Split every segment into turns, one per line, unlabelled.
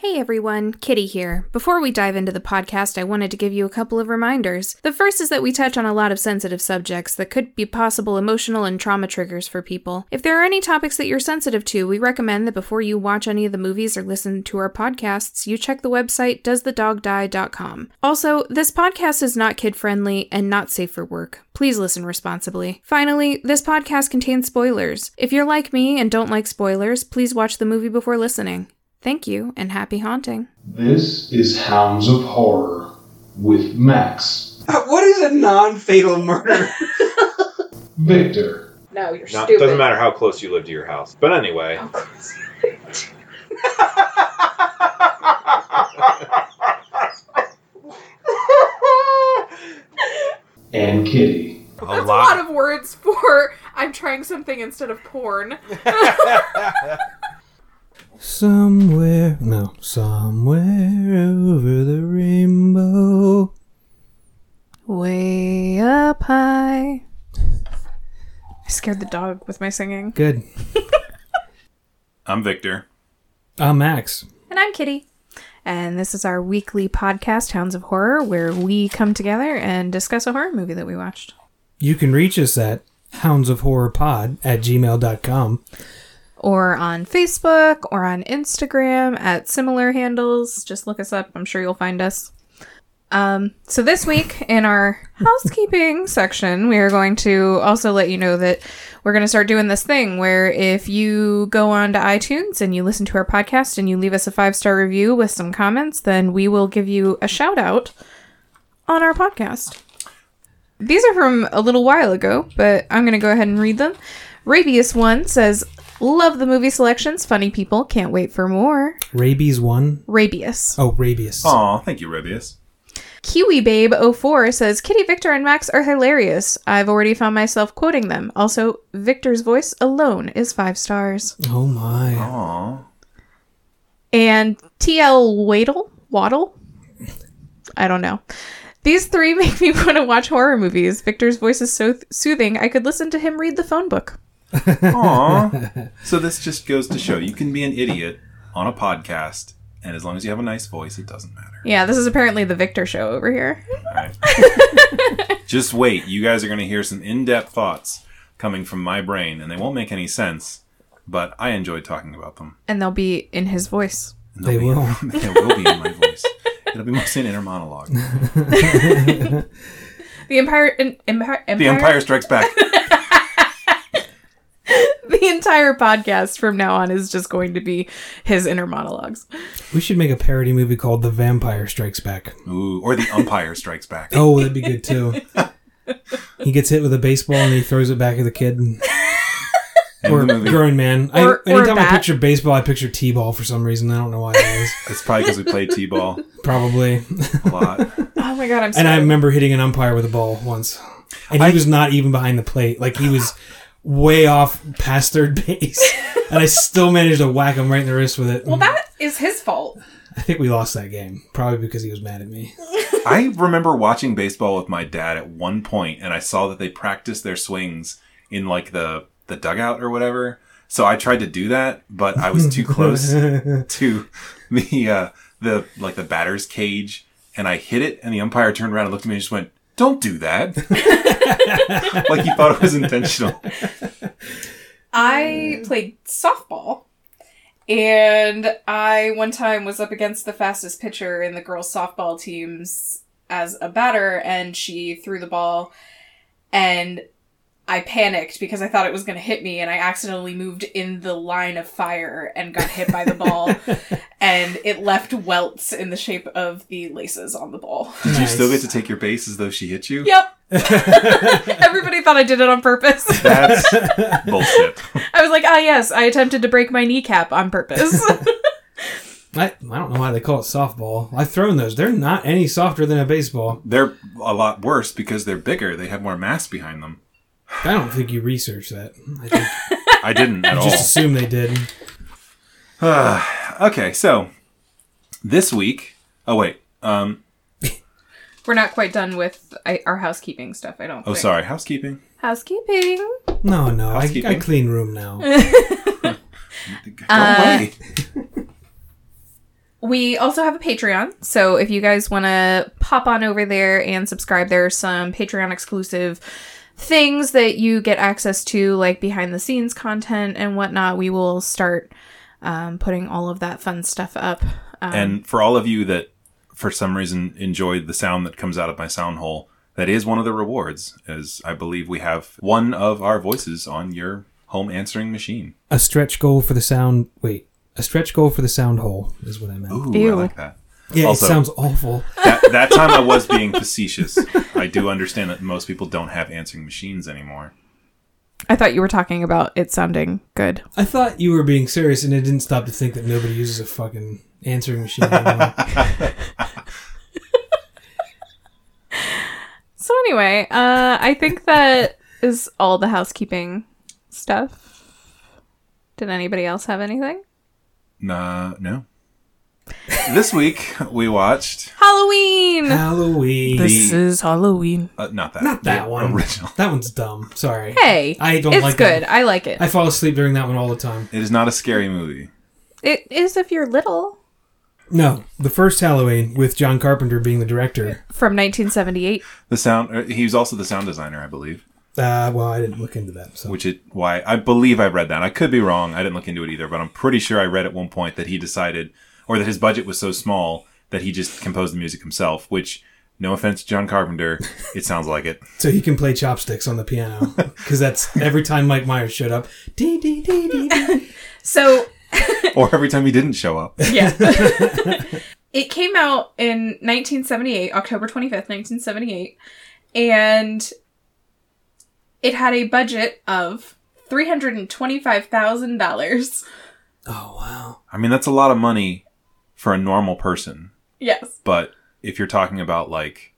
Hey everyone, Kitty here. Before we dive into the podcast, I wanted to give you a couple of reminders. The first is that we touch on a lot of sensitive subjects that could be possible emotional and trauma triggers for people. If there are any topics that you're sensitive to, we recommend that before you watch any of the movies or listen to our podcasts, you check the website doesthedogdie.com. Also, this podcast is not kid friendly and not safe for work. Please listen responsibly. Finally, this podcast contains spoilers. If you're like me and don't like spoilers, please watch the movie before listening. Thank you and happy haunting.
This is Hounds of Horror with Max,
What is a non-fatal murder?
Victor,
No, you're
No, it
stupid.
doesn't matter how close you live to your house. But anyway,
Of course.
and Kitty.
a
That's a lot of words for I'm trying something instead of porn.
Somewhere, no, somewhere over the rainbow.
Way up high. I scared the dog with my singing.
Good.
I'm Victor.
I'm Max.
And I'm Kitty. And this is our weekly podcast, Hounds of Horror, where we come together and discuss a horror movie that we watched.
You can reach us at houndsofhorrorpod at gmail.com.
Or on Facebook or on Instagram at similar handles. Just look us up. I'm sure you'll find us. Um, so this week in our housekeeping section, we are going to also let you know that we're going to start doing this thing where if you go on to iTunes and you listen to our podcast and you leave us a five star review with some comments, then we will give you a shout out on our podcast. These are from a little while ago, but I'm going to go ahead and read them. Rabius one says, "Love the movie selections, funny people, can't wait for more."
Rabies 1.
Rabius.
Oh, rabies.
Aw, thank you, Rebius.
Kiwi Babe 04 says Kitty Victor and Max are hilarious. I've already found myself quoting them. Also, Victor's voice alone is 5 stars.
Oh my.
Aw.
And TL Waddle Waddle I don't know. These three make me want to watch horror movies. Victor's voice is so th- soothing. I could listen to him read the phone book.
Aw. so this just goes to show you can be an idiot on a podcast, and as long as you have a nice voice, it doesn't matter.
Yeah, this is apparently the Victor show over here.
All right. just wait. You guys are going to hear some in depth thoughts coming from my brain, and they won't make any sense, but I enjoy talking about them.
And they'll be in his voice.
And
They
they'll be- they will be in my voice. It'll be mostly an inner monologue.
The Empire in, Empire, Empire
The Empire Strikes Back.
the entire podcast from now on is just going to be his inner monologues.
We should make a parody movie called The Vampire Strikes Back.
Ooh, or The Umpire Strikes Back.
Oh, that'd be good too. he gets hit with a baseball and he throws it back at the kid.
And
Or
the movie.
grown man. I,
Or- or a
anytime I
bat.
picture baseball, I picture T-ball for some reason. I don't know why that is.
It's probably because we played T ball
Probably.
a lot.
Oh my god, I'm sorry.
And I remember hitting an umpire with a ball once. And he was not even behind the plate. Like he was way off past third base. and I still managed to whack him right in the wrist with it.
well, that is his fault.
I think we lost that game. Probably because he was mad at me.
I remember watching baseball with my dad at one point, and I saw that they practiced their swings in like the the dugout or whatever. So I tried to do that, but I was too close to the uh, the like the batter's cage, and I hit it. And the umpire turned around and looked at me and just went, "Don't do that." like he thought it was intentional.
I played softball. And I one time was up against the fastest pitcher in the girls' softball teams as a batter, and she threw the ball, and I panicked because I thought it was going to hit me, and I accidentally moved in the line of fire and got hit by the ball, and it left welts in the shape of the laces on the ball.
Did you still
Nice.
get to take your base as though she hit you?
Yep. Everybody thought I did it on purpose.
That's bullshit.
I was like, ah, yes, I attempted to break my kneecap on purpose.
I, I don't know why they call it softball. I've thrown those. They're not any softer than a baseball.
They're a lot worse because they're bigger. They have more mass behind them.
I don't think you researched that. I think
I didn't at
you
all.
just assume they did.
Okay, so this week. Oh wait. Um.
We're not quite done with I, our housekeeping stuff, I don't
Oh,
think.
sorry. Housekeeping.
Housekeeping.
No, no. I, I
Housekeeping.
Uh,
clean room now.
Go away.
We also have a Patreon, so if you guys want to pop on over there and subscribe, there are some Patreon exclusive things that you get access to, like behind the scenes content and whatnot. We will start um, putting all of that fun stuff up. Um,
and for all of you that for some reason enjoyed the sound that comes out of my sound hole, that is one of the rewards, as I believe we have one of our voices on your home answering machine.
A stretch goal for the sound. Wait, a stretch goal for the sound hole is what I meant.
Ooh, I
Ew.
like that.
yeah,
also-
it sounds awful.
that. That time I was being facetious. I do understand that most people don't have answering machines anymore.
I thought you were talking about it sounding good.
I thought you were being serious, and it didn't stop to think that nobody uses a fucking answering machine anymore.
So anyway, uh, I think that is all the housekeeping stuff. Did anybody else have anything?
Nah, no. this week we watched
Halloween.
Halloween.
The-
is Halloween.
uh, not that
Not that
the
one.
original.
That one's dumb. Sorry.
Hey,
I don't
it's
like
good.
that.
I like it.
I fall asleep during that one all the time.
It is not a scary movie.
It is if you're little
No, the first Halloween with John Carpenter being the director.
from 1978.
The sound. er, He was also the sound designer, I believe.
Uh, well, I didn't look into that. So
Which it why I believe I read that. I could be wrong. I didn't look into it either, but I'm pretty sure I read at one point that he decided, or that his budget was so small that he just composed the music himself. Which, no offense, to John Carpenter, it sounds like it.
so he can play chopsticks on the piano because that's every time Mike Myers showed up. Dee, dee, dee, dee, dee.
So
Or every time he didn't show up.
yeah, it came out in 1978, October 25th, 1978, and it had a budget of three hundred and twenty-five thousand dollars.
Oh wow.
I mean, that's a lot of money for a normal person.
Yes.
But if you're talking about like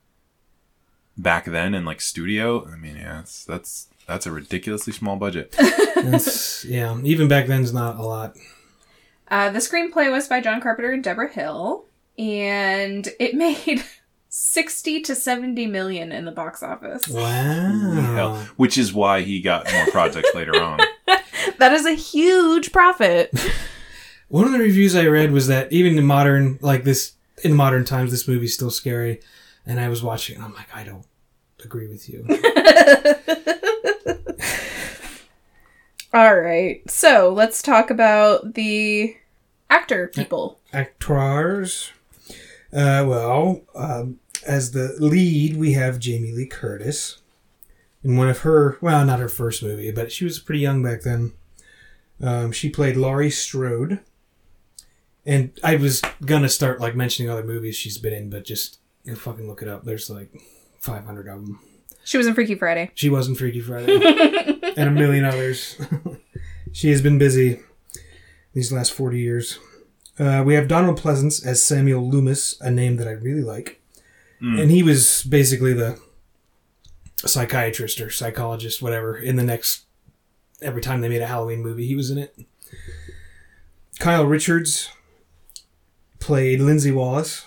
back then and like studio, I mean, yeah, that's that's that's a ridiculously small budget.
That's, yeah, even back then's not a lot.
Uh, the screenplay was by John Carpenter and Deborah Hill, and it made sixty to seventy million in the box office.
Wow.
Hell, which is why he got more projects later on.
That is a huge profit.
One of the reviews I read was that even in modern, like this, in modern times, this movie's still scary. And I was watching, and I'm like, I don't agree with you.
All right, so let's talk about the actor people.
actors. Uh, well, um, as the lead, we have Jamie Lee Curtis in one of her, well, not her first movie, but she was pretty young back then. Um, she played Laurie Strode.
and I was gonna start like mentioning other movies she's been in, but just you know, fucking look it up. There's like 500 of them.
She was in Freaky Friday.
She wasn't Freaky Friday, and a million others.
She has been busy these last 40 years. Uh, we have Donald Pleasance as Samuel Loomis, a name that I really like.
and he was basically the psychiatrist or psychologist, whatever. In the next, every time they made a Halloween movie, he was in it.
Kyle Richards played Lindsay Wallace.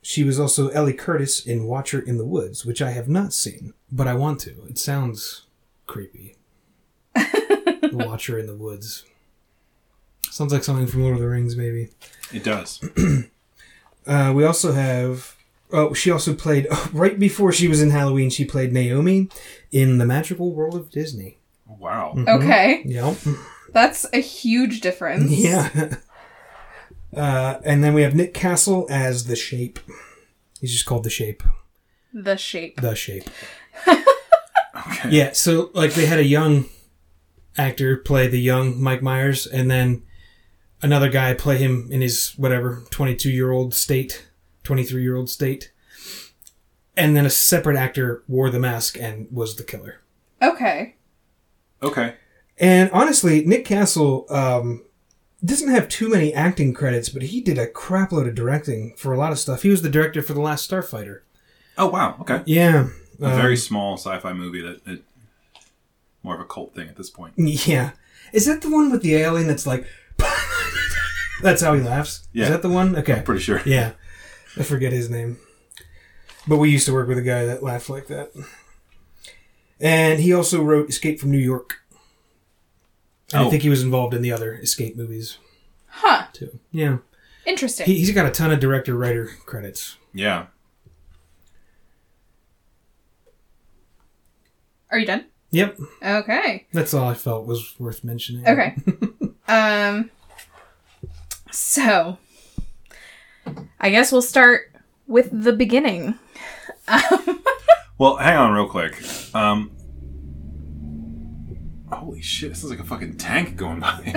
She was also Ellie Curtis in Watcher in the Woods, which I have not seen.
But I want to. It sounds creepy. the Watcher in the Woods. Sounds like something from Lord of the Rings, maybe.
It does.
Uh, we also have. Oh, she also played. right before she was in Halloween, she played Naomi in The Magical World of Disney.
Wow.
Okay,
Yep.
that's a huge difference.
Yeah. Uh, and then we have Nick Castle as The Shape.
He's just called The Shape.
The shape.
The Shape.
Okay.
Yeah, so like they had a young actor play the young Mike Myers, and then another guy play him in his whatever twenty-two year old state, twenty-three year old state, and then a separate actor wore the mask and was the killer.
Okay.
Okay.
And honestly, Nick Castle um, doesn't have too many acting credits, but he did a crapload of directing for a lot of stuff.
He was the director for the last Starfighter.
Oh wow. Okay.
Yeah.
A
um,
very small sci-fi movie that it, more of a cult thing at this point.
Yeah. Is that the one with the alien that's like. that's how he laughs?
Yeah.
Is that the one? Okay.
Pretty sure.
Yeah. I forget his name. But we used to work with a guy that laughed like that. And he also wrote Escape from New York.
And I
Oh.
think he was involved in the other escape movies.
Huh.
Too. Yeah.
Interesting.
He, he's got a ton of director writer credits.
Yeah.
Are you done?
Yep,
Okay.
that's all I felt was worth mentioning.
Okay. um. So, I guess we'll start with the beginning.
Well, hang on real quick. Um, holy shit, this is like a fucking tank going by.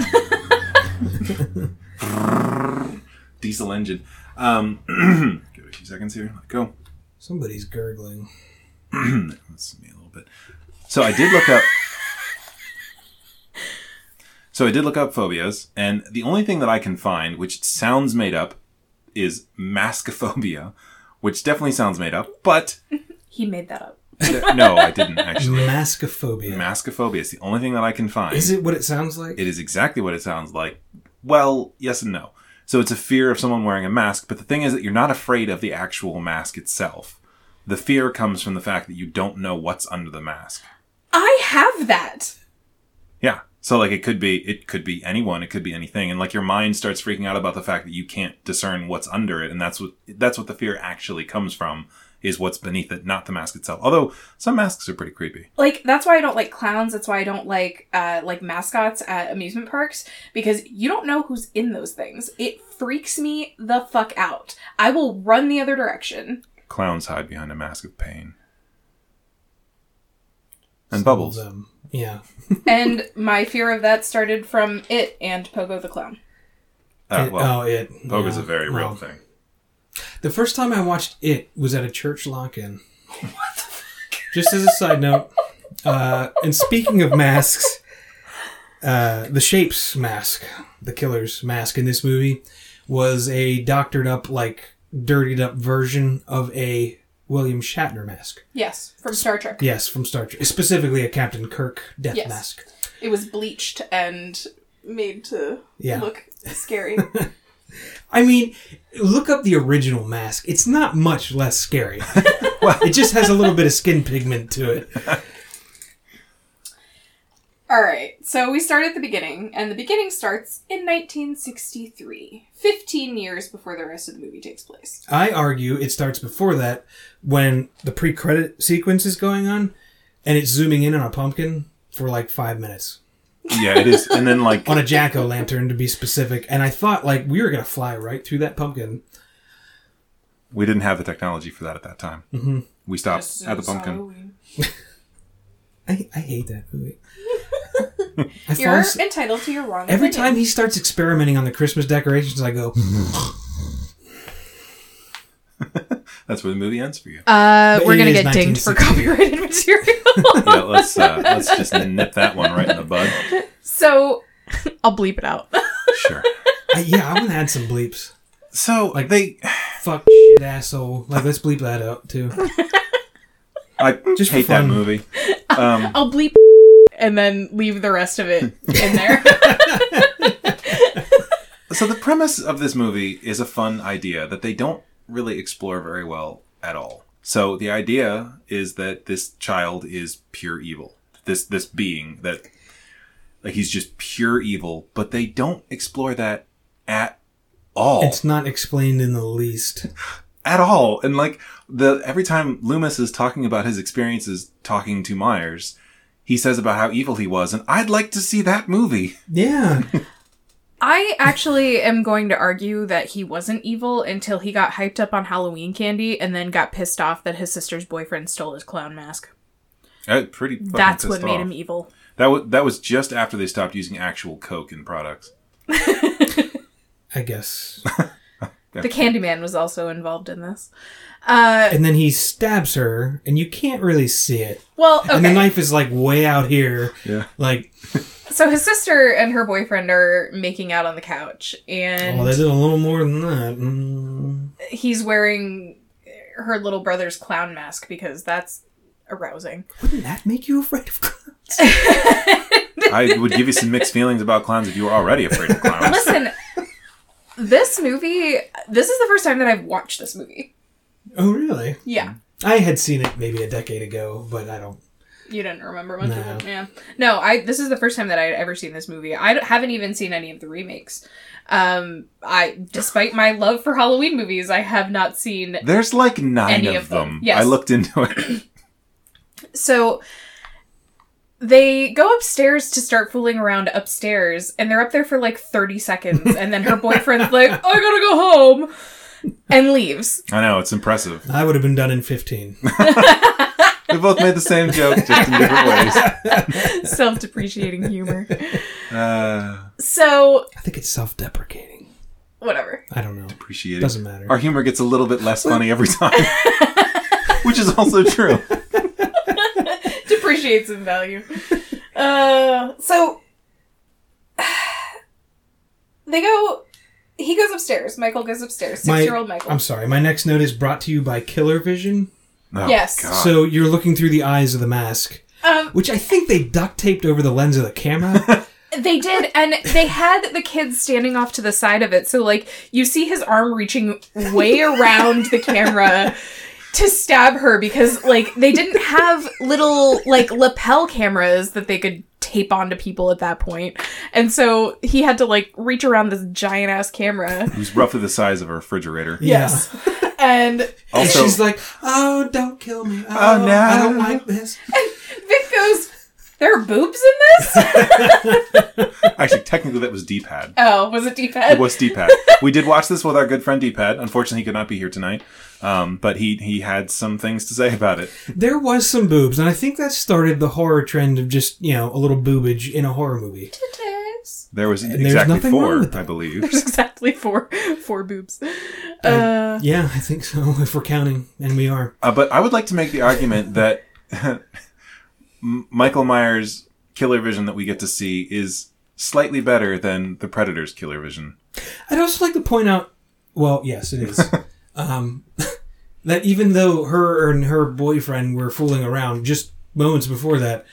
Diesel engine. Um, give it a few seconds here. Let it go.
Somebody's gurgling.
That's me a little bit. So I did look up. so I did look up phobias, and the only thing that I can find, which sounds made up, is maskophobia, which definitely sounds made up, but
He made that up.
no, I didn't actually.
Maskophobia.
Maskophobia is the only thing that I can find.
Is it what it sounds like?
It is exactly what it sounds like. Well, yes and no. So it's a fear of someone wearing a mask, but the thing is that you're not afraid of the actual mask itself. The fear comes from the fact that you don't know what's under the mask.
I have that.
Yeah. So like it could be it could be anyone, it could be anything, and like your mind starts freaking out about the fact that you can't discern what's under it, and that's what that's what the fear actually comes from is what's beneath it, not the mask itself. Although some masks are pretty creepy.
like that's why I don't like clowns. That's why I don't like uh, like mascots at amusement parks because you don't know who's in those things. It freaks me the fuck out. I will run the other direction.
Clowns hide behind a mask of pain. And
Some
bubbles.
of them. um, Yeah.
and my fear of that started from it and Pogo the clown.
Uh,
It-
well,
oh, it.
Pogo's
yeah,
a very real
well.
thing.
The first time I watched it was at a church lock-in. What the fuck? Just as a side note, uh, and speaking of masks, uh, the Shapes mask, the killer's mask in this movie, was a doctored up, like dirtied up version of a William Shatner mask.
Yes, from Star Trek.
Yes, from Star Trek, specifically a Captain Kirk death
Yes.
mask.
It was bleached and
Made to
Yeah.
look scary.
I mean, look up the original mask. It's not much less scary. it just has a little bit of skin pigment to it.
All right, so we start at the beginning, and the beginning starts in 1963, 15 years before the rest of the movie takes place.
I argue it starts before that when the pre credit sequence is going on and it's zooming in on a pumpkin for like five minutes
Yeah, it is. And then like
on a jack o' lantern to be specific. And I thought like we were going to fly right through that pumpkin.
we didn't have the technology for that at that time. Mm-hmm. We stopped at the pumpkin.
I, I hate that movie. I fall
You're
as-
entitled to your wrong.
every
opinion.
time he starts experimenting on the Christmas decorations, I go,
That's where the movie ends for you.
Uh,
But
we're
it
gonna
is
get dinged for
1960.
copyrighted material.
yeah, let's uh, let's just nip that one right in the bud.
so I'll bleep it out.
Sure.
I, yeah, I'm going to add some bleeps.
So like
Like-
they,
Fuck shit asshole. Like, let's bleep that out too.
I
Just
just
for
hate that
fun.
movie. Um,
I'll bleep and then leave the rest of it in there.
so the premise of this movie is a fun idea that they don't really explore very well at all. So the idea is that this child is pure evil. This this being that like he's just pure evil, but they don't explore that at all.
It's not explained in the least.
at all. And like the every time Loomis is talking about his experiences talking to Myers, he says about how evil he was, and I'd like to see that movie.
Yeah.
I actually am going to argue that he wasn't evil until he got hyped up on Halloween candy and then got pissed off that his sister's boyfriend stole his clown mask.
pretty. fucking
That's what
pissed
made
off.
him e- evil.
That was that was just after they stopped using actual Coke in products.
I guess.
The Candyman was also involved in this. Uh,
And then he stabs her, and you can't really see it.
well, okay.
And the knife is like way out here.
Yeah.
Like,
so his sister and her boyfriend are making out on the couch, and
oh, they did a little more than that. Mm.
he's wearing her little brother's clown mask because that's arousing.
Wouldn't that make you afraid of clowns?
I would give you some mixed feelings about clowns if you were already afraid of clowns.
Listen, this movie, this is the first time that I've watched this movie.
Oh, really?
Yeah.
I had seen it maybe a decade ago, but I don't.
You didn't remember much
No.
of it, yeah. No, I. This is the first time that I had ever seen this movie. I d- haven't even seen any of the remakes. Um, I, despite my love for Halloween movies, I have not seen
There's like nine
Any
of,
of them.
them.
Yes.
I looked into it.
So they go upstairs to start fooling around upstairs, and they're up there for like 30 seconds, and then her boyfriend's like, I gotta go home, and leaves.
I know it's impressive.
I would have been done in 15.
We both made the same joke, just in different ways.
Self depreciating humor.
Uh,
So,
I think it's self deprecating.
whatever.
I don't know.
appreciate it.
Doesn't matter.
Our humor gets a little bit less funny every time, which is also true.
Depreciates in value. Uh, so they go. He goes upstairs. Michael goes upstairs.
My-
Six year old Michael.
I'm sorry. My next note is brought to you by Killer Vision.
Oh,
Yes.
God.
So you're looking through the eyes of the mask,
Um,
which I think they duct taped over the lens of the camera.
They did, and they had the kids standing off to the side of it. So, like, you see his arm reaching way around the camera to stab her because, like, they didn't have little, like, lapel cameras that they could tape onto people at that point. And so he had to, like, reach around this giant ass camera.
it was roughly the size of a refrigerator.
Yes. And
And
Also,
she's like, "Oh, don't kill me. Oh,
Oh, no.
I don't like this."
Vic goes, There are boobs in this?
actually, technically, that was D-pad.
Oh, was it deep head?
It was D-pad. we did watch this with our good friend D-pad. Unfortunately, he could not be here tonight, um, but he he had some things to say about it.
There was some boobs, and I think that started the horror trend of just you know a little boobage in a horror movie.
There was
there's
exactly
nothing wrong
four,
with that.
I believe.
There's exactly four, four boobs. Uh,
Yeah, I think so. If we're counting, and we are.
Uh, but I would like to make the argument that M- Michael Myers' killer vision that we get to see is slightly better than the Predator's killer vision.
I'd also like to point out, well, yes, it is, um, that even though her and her boyfriend were fooling around just moments before that,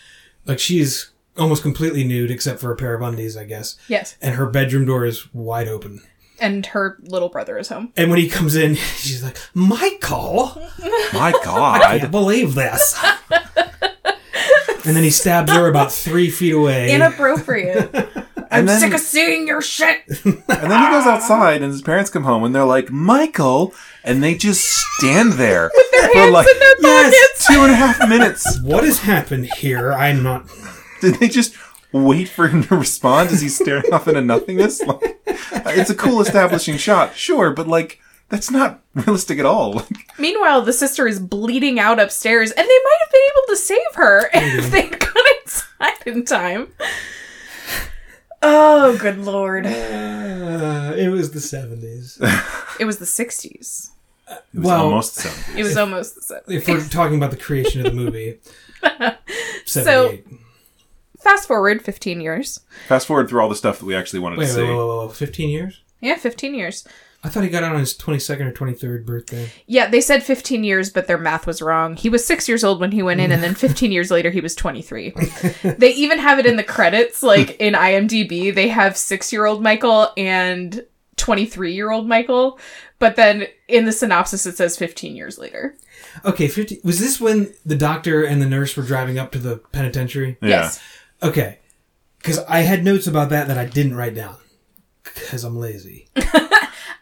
like she's almost completely nude except for a pair of undies, I guess,
yes.
and her bedroom door is wide open.
And her little brother is home.
And when he comes in, she's like, "Michael,
My
I can't
God.
believe this." and then he stabs her about three feet away.
Inappropriate.
and, then,
Sick of seeing your shit.
and then he goes outside and his parents come home and they're like, Michael! And they just stand there for like
yes,
two and a half minutes.
what has happened here? I'm not.
Did they just wait for him to respond as he's staring off into nothingness? Like, it's a cool establishing shot, sure, but like, that's not realistic at all. Like,
Meanwhile, the sister is bleeding out upstairs, and they might have been able to save her if they'd gone inside in time. Oh, good lord.
Uh, it was the seventies.
It was the 60s.
it was
Well-
almost so.
It was almost the 70s.
if we're talking about the creation of the movie. 78.
Fast forward 15 years.
Fast forward through all the stuff that we actually wanted
wait,
to
wait,
see.
wait, wait, wait, 15 years?
Yeah, 15 years.
I thought he got out on his 22nd or 23rd birthday.
Yeah, they said 15 years, but their math was wrong. He was six years old when he went in, and then 15 years later, he was 23. they even have it in the credits, like in IMDb, they have six year old Michael and 23 year old Michael, but then in the synopsis, it says 15 years later.
Okay, 50 was this when the doctor and the nurse were driving up to the penitentiary?
Yeah.
Yes.
Okay. Because I had notes about that that I didn't write down. Because I'm lazy.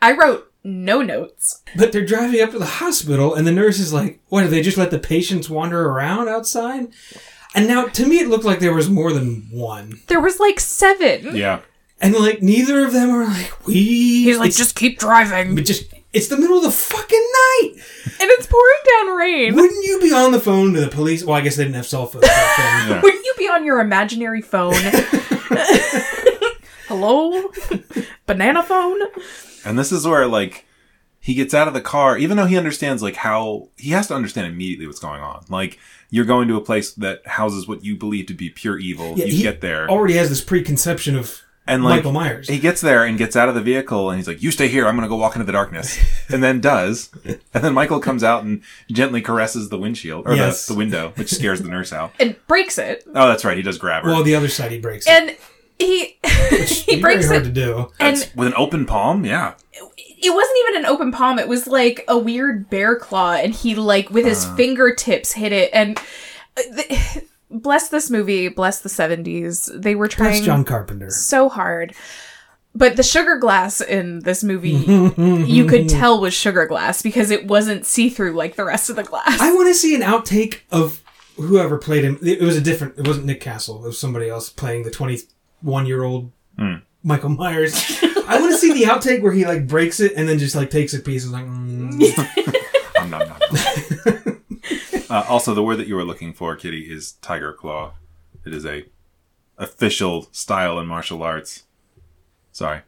I wrote no notes.
But they're driving up to the hospital, and the nurse is like, what, do they just let the patients wander around outside? And now, to me, it looked like there was more than one.
There was like seven.
Yeah.
And, like, neither of them are like, we.
He's like,
it's-
just keep driving.
But just it's the middle of the fucking night.
And it's pouring down rain.
Wouldn't you be on the phone to the police? Well, I guess they didn't have cell phones. back then.
Yeah.
Wouldn't you be on your imaginary phone? Hello? Banana phone?
And this is where like he gets out of the car, even though he understands like how he has to understand immediately what's going on. Like you're going to a place that houses what you believe to be pure evil.
Yeah,
you
he
get there,
Already has this preconception of
and like
Michael Myers.
he gets there and gets out of the vehicle, and he's like, "You stay here. I'm gonna go walk into the darkness," and then does. And then Michael comes out and gently caresses the windshield or
Yes.
the, the window, which scares the nurse out.
And breaks it.
Oh, that's right. He does grab her
well, the other side he breaks. it.
and he he
Be
breaks
very hard
it
to do.
and
with an open palm. Yeah.
it wasn't even an open palm it was like a weird bear claw and he like with his fingertips hit it and uh, th- bless this movie, bless the 70s. They were
That's
trying
John Carpenter.
so hard. But the sugar glass in this movie, you could tell was sugar glass because it wasn't see through like the rest of the glass.
I want to see an outtake of whoever played him. It was a different. It wasn't Nick Castle. It was somebody else playing the twenty-one-year-old
Hmm.
Michael Myers. I want to see the outtake where he like breaks it and then just like takes a piece and like. Mm.
Nom, nom, nom, nom. uh, also, the word that you were looking for, Kitty, is tiger claw. It is a official style in martial arts. Sorry.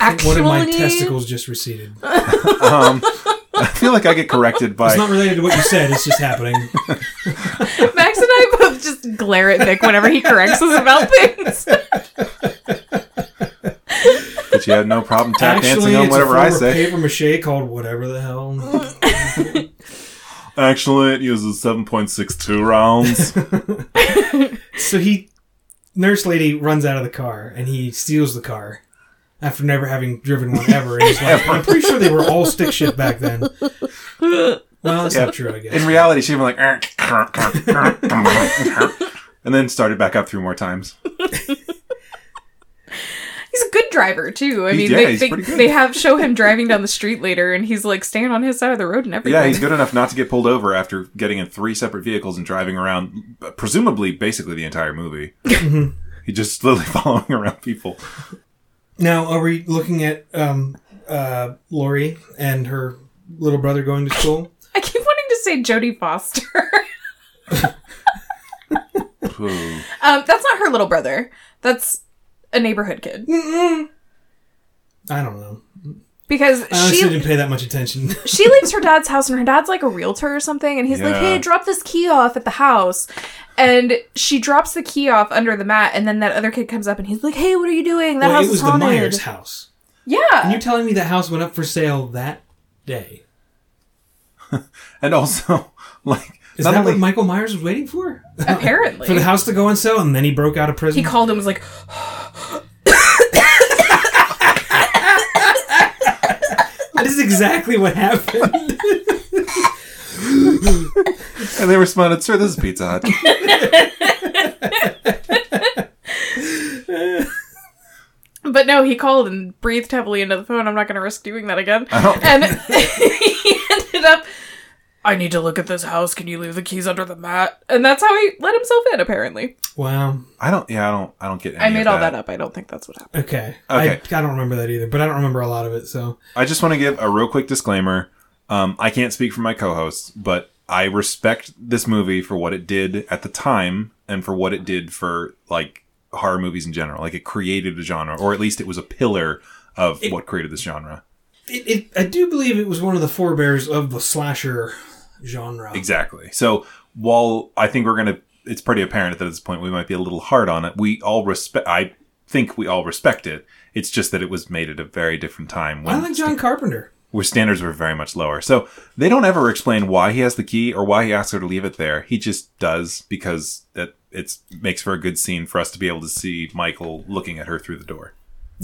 I think one of my
Actually-
testicles just receded. It's
I feel like I get corrected by.
not related to what you said. It's just happening.
Max and I both just glare at Nick whenever he corrects us about things.
but you have no problem tap
Actually,
dancing on
it's a
whatever
form
I
of
say.
paper mache called whatever the hell.
Actually, it uses 7.62 rounds.
So he, nurse lady, runs out of the car and he steals the car after never having driven one ever. And he's like, I'm pretty sure they were all stick shift back then. Well, that's
Yeah.
not true, I guess.
In reality, she went like, "Erk, erk, erk, erk, erk," and then started back up three more times.
He's a good driver too. I
He's-
mean,
yeah,
they
he's
they,
pretty good.
they have show him driving down the street later, and he's like staying on his side of the road and everything.
Yeah, he's good enough not to get pulled over after getting in three separate vehicles and driving around, presumably basically the entire movie.
Mm-hmm.
He just slowly following around people.
Now, are we looking at um, uh, Lori and her little brother going to school?
I keep wanting to say Jodie Foster.
Ooh.
um, that's not her little brother. That's a neighborhood kid
I don't know.
because
I honestly
she
Oh, didn't pay that much attention.
she leaves her dad's house and her dad's like a realtor or something and he's like
Yeah.
hey drop this key off at the house and she drops the key off under the mat and then that other kid comes up and he's like hey what are you doing that
well,
house
it was
is
the
haunted
Myers house.
yeah
You're telling me that house went up for sale that day?
And also, like,
Is
not
that
only-
what Michael Myers was waiting for? For
apparently
the house to go on sale, and then he broke out of prison.
he called and was like
that is exactly what happened.
and they responded, "Sir, this is Pizza Hut."
but no he called and breathed heavily into the phone i'm not going to risk doing that again
I don't-
and he ended up I need to look at this house. Can you leave the keys under the mat? And that's how he let himself in, apparently.
wow.
I don't. Yeah, I don't. I don't get. Any
I made
of
all that up. I don't think that's what happened.
Okay. I,
Okay.
I don't remember that either, but I don't remember a lot of it. So
I just want to give a real quick disclaimer. Um, I can't speak for my co-hosts, but I respect this movie for what it did at the time and for what it did for like horror movies in general. Like it created a genre, or at least it was a pillar of what created this genre.
it, it, I do believe it was one of the forebears of the slasher genre.
Exactly. So while I think we're gonna, it's pretty apparent that at this point we might be a little hard on it. We all respect. I think we all respect it. It's just that it was made at a very different time.
I like John Carpenter.
where standards were very much lower. So they don't ever explain why he has the key or why he asks her to leave it there. He just does because that it makes for a good scene for us to be able to see Michael looking at her through the door.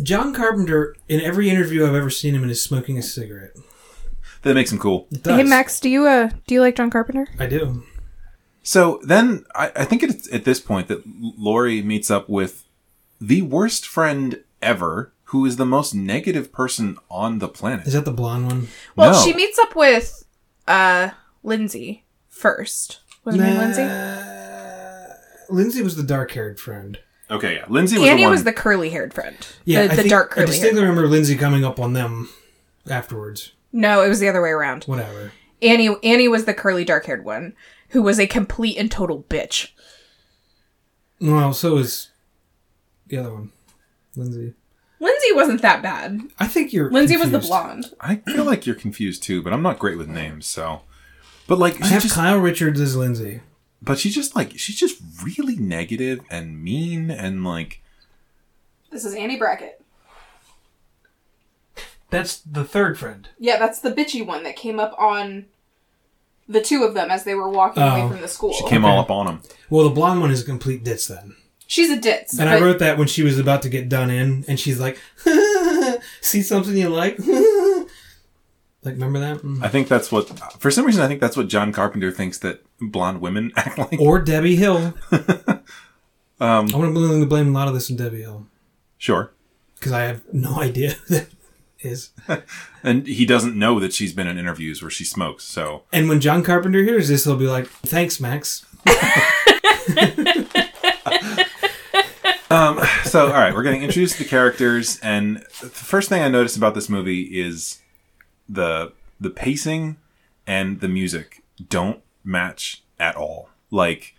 John Carpenter, in every interview I've ever seen him in, is smoking a cigarette.
That makes him cool.
It does.
do you uh do you like John Carpenter?
I do.
So then I, I think it's at this point that Lori meets up with the worst friend ever, who is the most negative person on the
Is
planet.
that the blonde one?
Well,
No.
she meets up with uh Lindsay first. Was her name Lindsay?
Lindsay was the dark-haired friend.
Okay, yeah. Lindsay was
Annie
the one.
was the curly haired friend.
Yeah,
the,
I
the
think-
dark
I
curly hair.
distinctly remember Lindsay coming up on them afterwards.
No, it was the other way around.
Whatever.
Annie Annie was the curly dark haired one who was a complete and total bitch.
Well, so is the other one, Lindsay.
Lindsay wasn't that bad.
I think you're.
Lindsay was the
confused.
blonde.
I feel like you're confused too, but I'm not great with names, so. But like,
I
she
have
just
Kyle Richards as Lindsay.
but she's just like she's just really negative and mean and like
This is Annie Brackett.
That's the third friend.
Yeah, that's the bitchy one that came up on the two of them as they were walking
Oh.
away from the school.
she came all up on him.
Well, the blonde one is a complete ditz then.
She's a ditz.
And I
but-
wrote that when she was about to get done in, and she's like, "See something you like?" Like, remember that?
Mm-hmm.
Mm.
I think that's what, for some reason, I think that's what John Carpenter thinks that blonde women act like.
Or Debbie Hill. um, I'm willing to blame a lot of this on Debbie Hill
sure.
because I have no idea who that is.
And he doesn't know that she's been in interviews where she smokes. So
And when John Carpenter hears this, he'll be like, "Thanks, Max."
Um, so, all right, we're getting introduced to the characters, and the first thing I noticed about this movie is the the pacing and the music don't match at all. Like,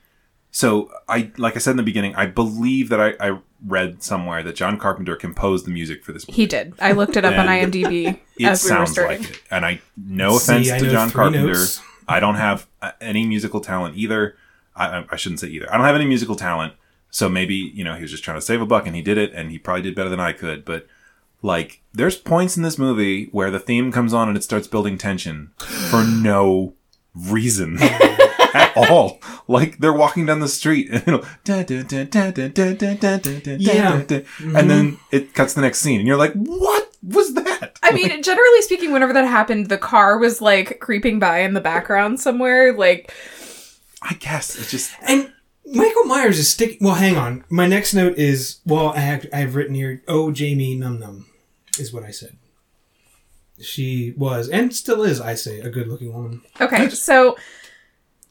so I like I said in the beginning, I believe that I, I read somewhere that John Carpenter composed the music for this movie.
He did. I looked it up on
And
IMDb
It
as we were
sounds
starting.
like it, and I no
See,
offense
I
to
know
John
three
Carpenter,
notes.
I don't have uh, any musical talent either. I, I- I shouldn't say either. I don't have any musical talent, so maybe you know he was just trying to save a buck, and he did it, and he probably did better than I could. But like, there's points in this movie where the theme comes on and it starts building tension for no reason. At all, like they're walking down the street, and it'll da da da da da da da da da
Yeah. Mm-hmm.
da da, and then it cuts to the next scene, and you're like, "What was that?"
I mean, generally speaking, whenever that happened, the car was like creeping by in the background somewhere. Like,
I guess it just
And Michael Myers is sticking. Well, hang on. My next note is well, I have, I have written here. Oh, Jamie Num Num, is what I said. She was and still is, I say, a good-looking woman.
okay, so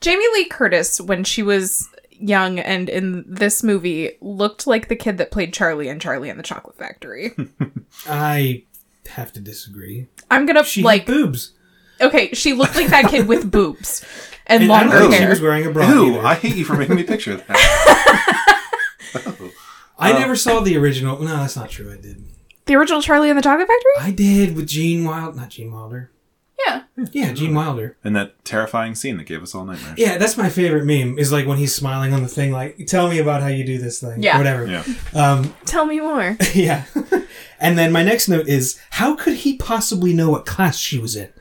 Jamie Lee Curtis, when she was young and in this movie, looked like the kid that played Charlie in Charlie and the Chocolate Factory.
Hmm.
I have to disagree.
I'm gonna
She
like.
like boobs.
okay, she looked like that kid with boobs and,
And I
longer
don't think she
hair.
was wearing a bra.
Ew,
either.
I hate you for making me picture that.
I
uh,
never saw the original. No, that's not true. I did.
the original Charlie and the Chocolate Factory.
I did with Gene Wilder. Not Gene Wilder.
Yeah.
Yeah, Gene Wilder.
and that terrifying scene that gave us all nightmares.
Yeah, that's my favorite meme. Is like when he's smiling on the thing, like "Tell me about how you do this thing."
Yeah.
whatever.
Yeah.
Um,
Tell me more.
yeah. and then my next note is, how could he possibly know what class she was in?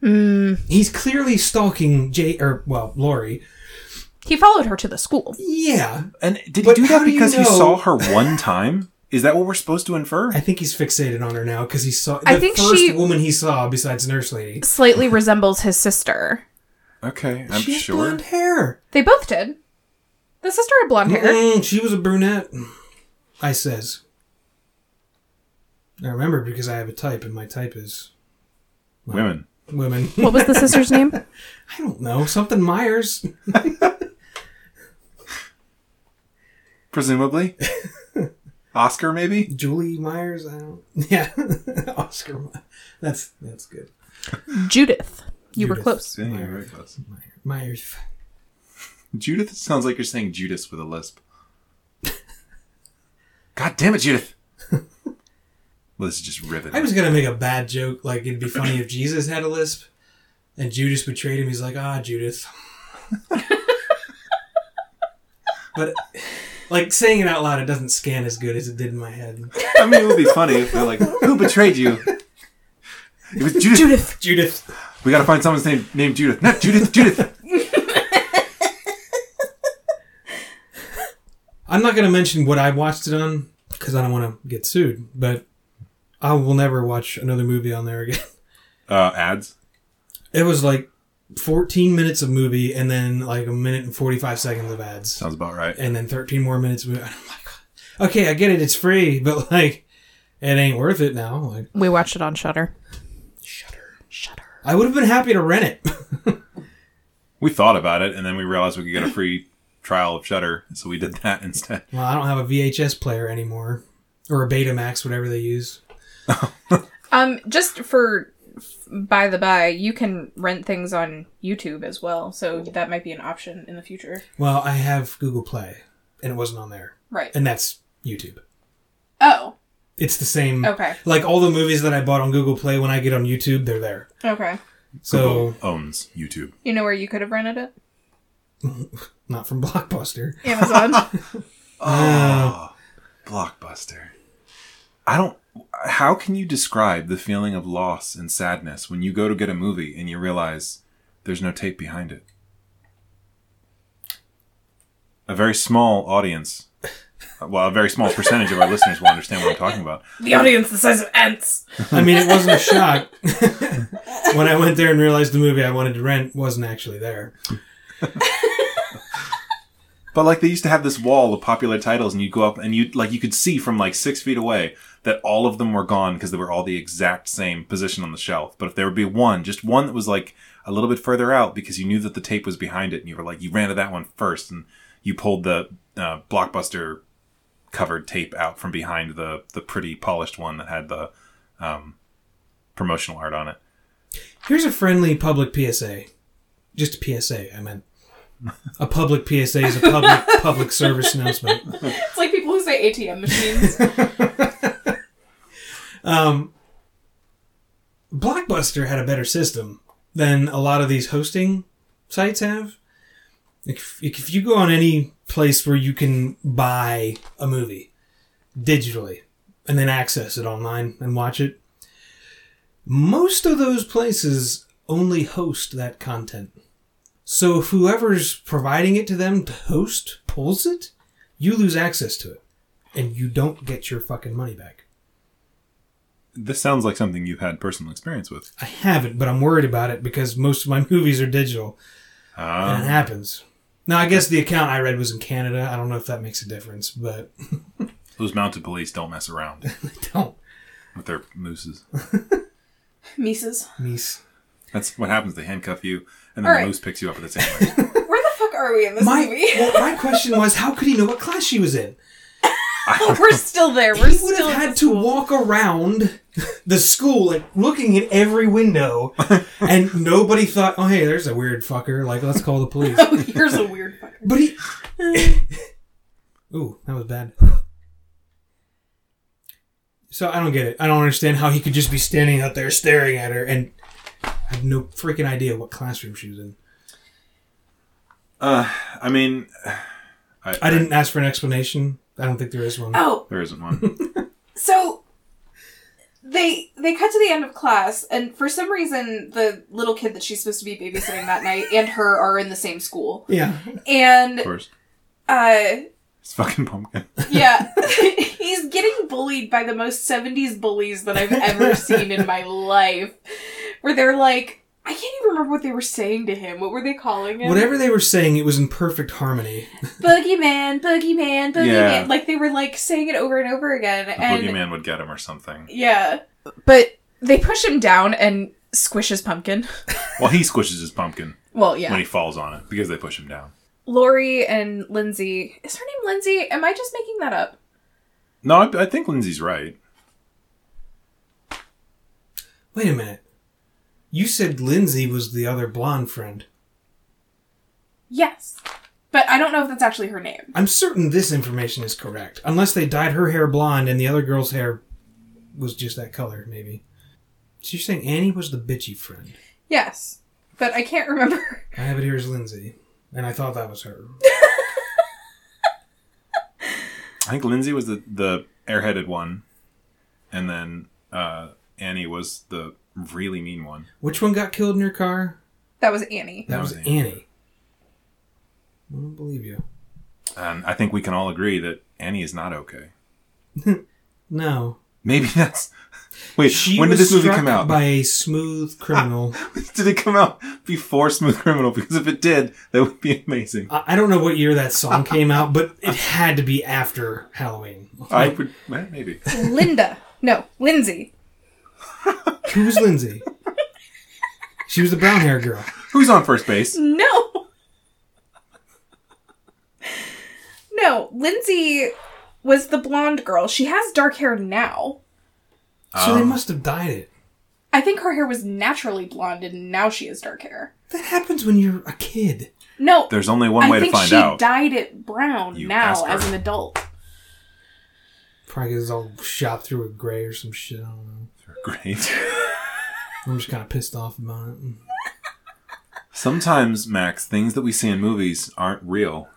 Hmm.
He's clearly stalking Jay, or well, Lori.
He followed her to the school.
Yeah,
And did he
But
do
how
that
do you
because he
know-
saw her one time? Is that what we're supposed to infer?
I think he's fixated on her now because he saw the
I think
first
she-
woman he saw besides Nurse Lady.
Slightly resembles his sister.
Okay, I'm
she has
sure.
blonde hair.
They both did. The sister had blonde hair.
Mm, she was a brunette. I says. I remember because I have a type, and my type is
Women.
women.
What was the sister's name?
I don't know. Something Myers.
Presumably. Oscar, maybe?
Julie Myers. I don't. Yeah, Oscar. My- That's that's good.
Judith. You were
Judith.
close.
Yeah, you're very close.
Myers.
Judith sounds like you're saying Judas with a lisp. God damn it, Judith! well, this is just riveting.
I was gonna make a bad joke. Like it'd be funny if Jesus had a lisp, and Judas betrayed him. He's like, ah, Judith. but like saying it out loud, it doesn't scan as good as it did in my head.
I mean, it would be funny if they're like, who betrayed you? It was Judith.
Judith.
Judith.
We gotta find someone's name named Judith. Not Judith, Judith!
I'm not gonna mention what I watched it on because I don't want to get sued. But I will never watch another movie on there again.
Uh, ads?
It was like 14 minutes of movie and then like a minute and 45 seconds of ads.
Sounds about right.
And then 13 more minutes of movie. And I'm like, okay, I get it. It's free, but like, it ain't worth it now. Like,
We watched it on Shutter.
I would have been happy to rent it.
We thought about it, and then we realized we could get a free trial of Shutter, so we did that instead.
well, I don't have a VHS player anymore or a Betamax, whatever they use.
Um, just for by the by, you can rent things on YouTube as well, so that might be an option in the future.
Well, I have Google Play and it wasn't on there.
Right.
And that's YouTube.
Oh.
It's the same.
Okay.
Like all the movies that I bought on Google Play when I get on YouTube, they're there.
Okay.
So,
Google owns YouTube.
You know where you could have rented it?
not from Blockbuster.
Amazon.
Ah, Blockbuster. I don't. How can you describe the feeling of loss and sadness when you go to get a movie and you realize there's no tape behind it? A very small audience well, a very small percentage of our listeners will understand what I'm talking about.
The audience the size of ants.
I mean, it wasn't a shock when I went there and realized the movie I wanted to rent wasn't actually there.
But like they used to have this wall of popular titles, and you'd go up and you like you could see from like six feet away that all of them were gone because they were all the exact same position on the shelf. But if there would be one, just one that was like a little bit further out, because you knew that the tape was behind it, and you were like you ran to that one first, and you pulled the uh, blockbuster covered tape out from behind the the pretty polished one that had the um, promotional art on it.
Here's a friendly public PSA. Just a PSA, I meant. A public PSA is a public public service announcement.
It's like people who say ATM machines.
Um, Blockbuster had a better system than a lot of these hosting sites have. If, if you go on any place where you can buy a movie digitally and then access it online and watch it, most of those places only host that content. So if whoever's providing it to them to host pulls it, you lose access to it and you don't get your fucking money back.
This sounds like something you've had personal experience with.
I haven't, but I'm worried about it because most of my movies are digital, and it
Uh,
happens. Now, I guess the account I read was in Canada. I don't know if that makes a difference, but
those mounted police don't mess around
I don't.
with their mooses.
Mises.
Niece.
That's what happens. They handcuff you, and then
All
the
right.
moose picks you up at the same way.
Where the fuck are we in this
My,
movie?
well, my question was, how could he know what class she was in?
We're still there. We're
He would
still
have had to walk around the school, like looking at every window, and nobody thought, "Oh, hey, there's a weird fucker. Like, let's call the police."
Oh, Here's a weird fucker.
But he. Ooh, that was bad. So I don't get it. I don't understand how he could just be standing out there staring at her and I have no freaking idea what classroom she was in.
Uh, I mean, I,
I didn't ask for an explanation. I don't think there is one.
Oh,
There isn't one.
so they they cut to the end of class, and for some reason, the little kid that she's supposed to be babysitting that night and her are in the same school,
Yeah.
of
and
course,
uh,
it's fucking pumpkin.
yeah, he's getting bullied by the most '70s bullies that I've ever seen in my life, where they're like, I can't even remember what they were saying to him. What were they calling him?
Whatever they were saying, it was in perfect harmony.
boogeyman, boogeyman, boogeyman.
Yeah.
Like they were like saying it over and over again,
The
and
boogeyman would get him or something.
yeah,
But they push him down and squishes pumpkin.
Well, he squishes his pumpkin
Well, yeah.
when he falls on it because they push him down.
Lori and Lindsay. Is her name Lindsay? Am I just making that up?
No, I, I think Lindsay's right.
Wait a minute. You said Lindsay was the other blonde friend.
yes. But I don't know if that's actually her name.
I'm certain this information is correct. Unless they dyed her hair blonde and the other girl's hair was just that color, maybe. So you're saying Annie was the bitchy friend.
Yes. But I can't remember.
I have it here as Lindsay, and I thought that was her.
I think Lindsay was the the airheaded one, and then uh, Annie was the really mean one.
Which one got killed in your car?
That was Annie.
That
That
was
was
Annie. I don't believe you.
And I think we can all agree that Annie is not okay.
No.
Maybe that's. Wait,
She
when did
was
this movie
struck
come out? Ah.
By a smooth criminal.
did it come out before Smooth Criminal? Because if it did, that would be amazing.
I I don't know what year that song came out, but it had to be after Halloween.
I would well, maybe.
Linda. No, Lindsay.
Who was Lindsay? She was the brown hair girl.
Who's on first base?
No. No, Lindsay was the blonde girl. She has dark hair now.
So they
Um,
must have dyed it.
I think her hair was naturally blonde and now she has dark hair.
That happens when you're a kid.
No,
There's only one
I
way to
think
find
she
out.
dyed it brown
You
now
ask her.
as an adult.
Probably gets all shot through with gray or some shit. I don't know.
Great.
I'm just kind of pissed off about it.
Sometimes, Max, things that we see in movies aren't real.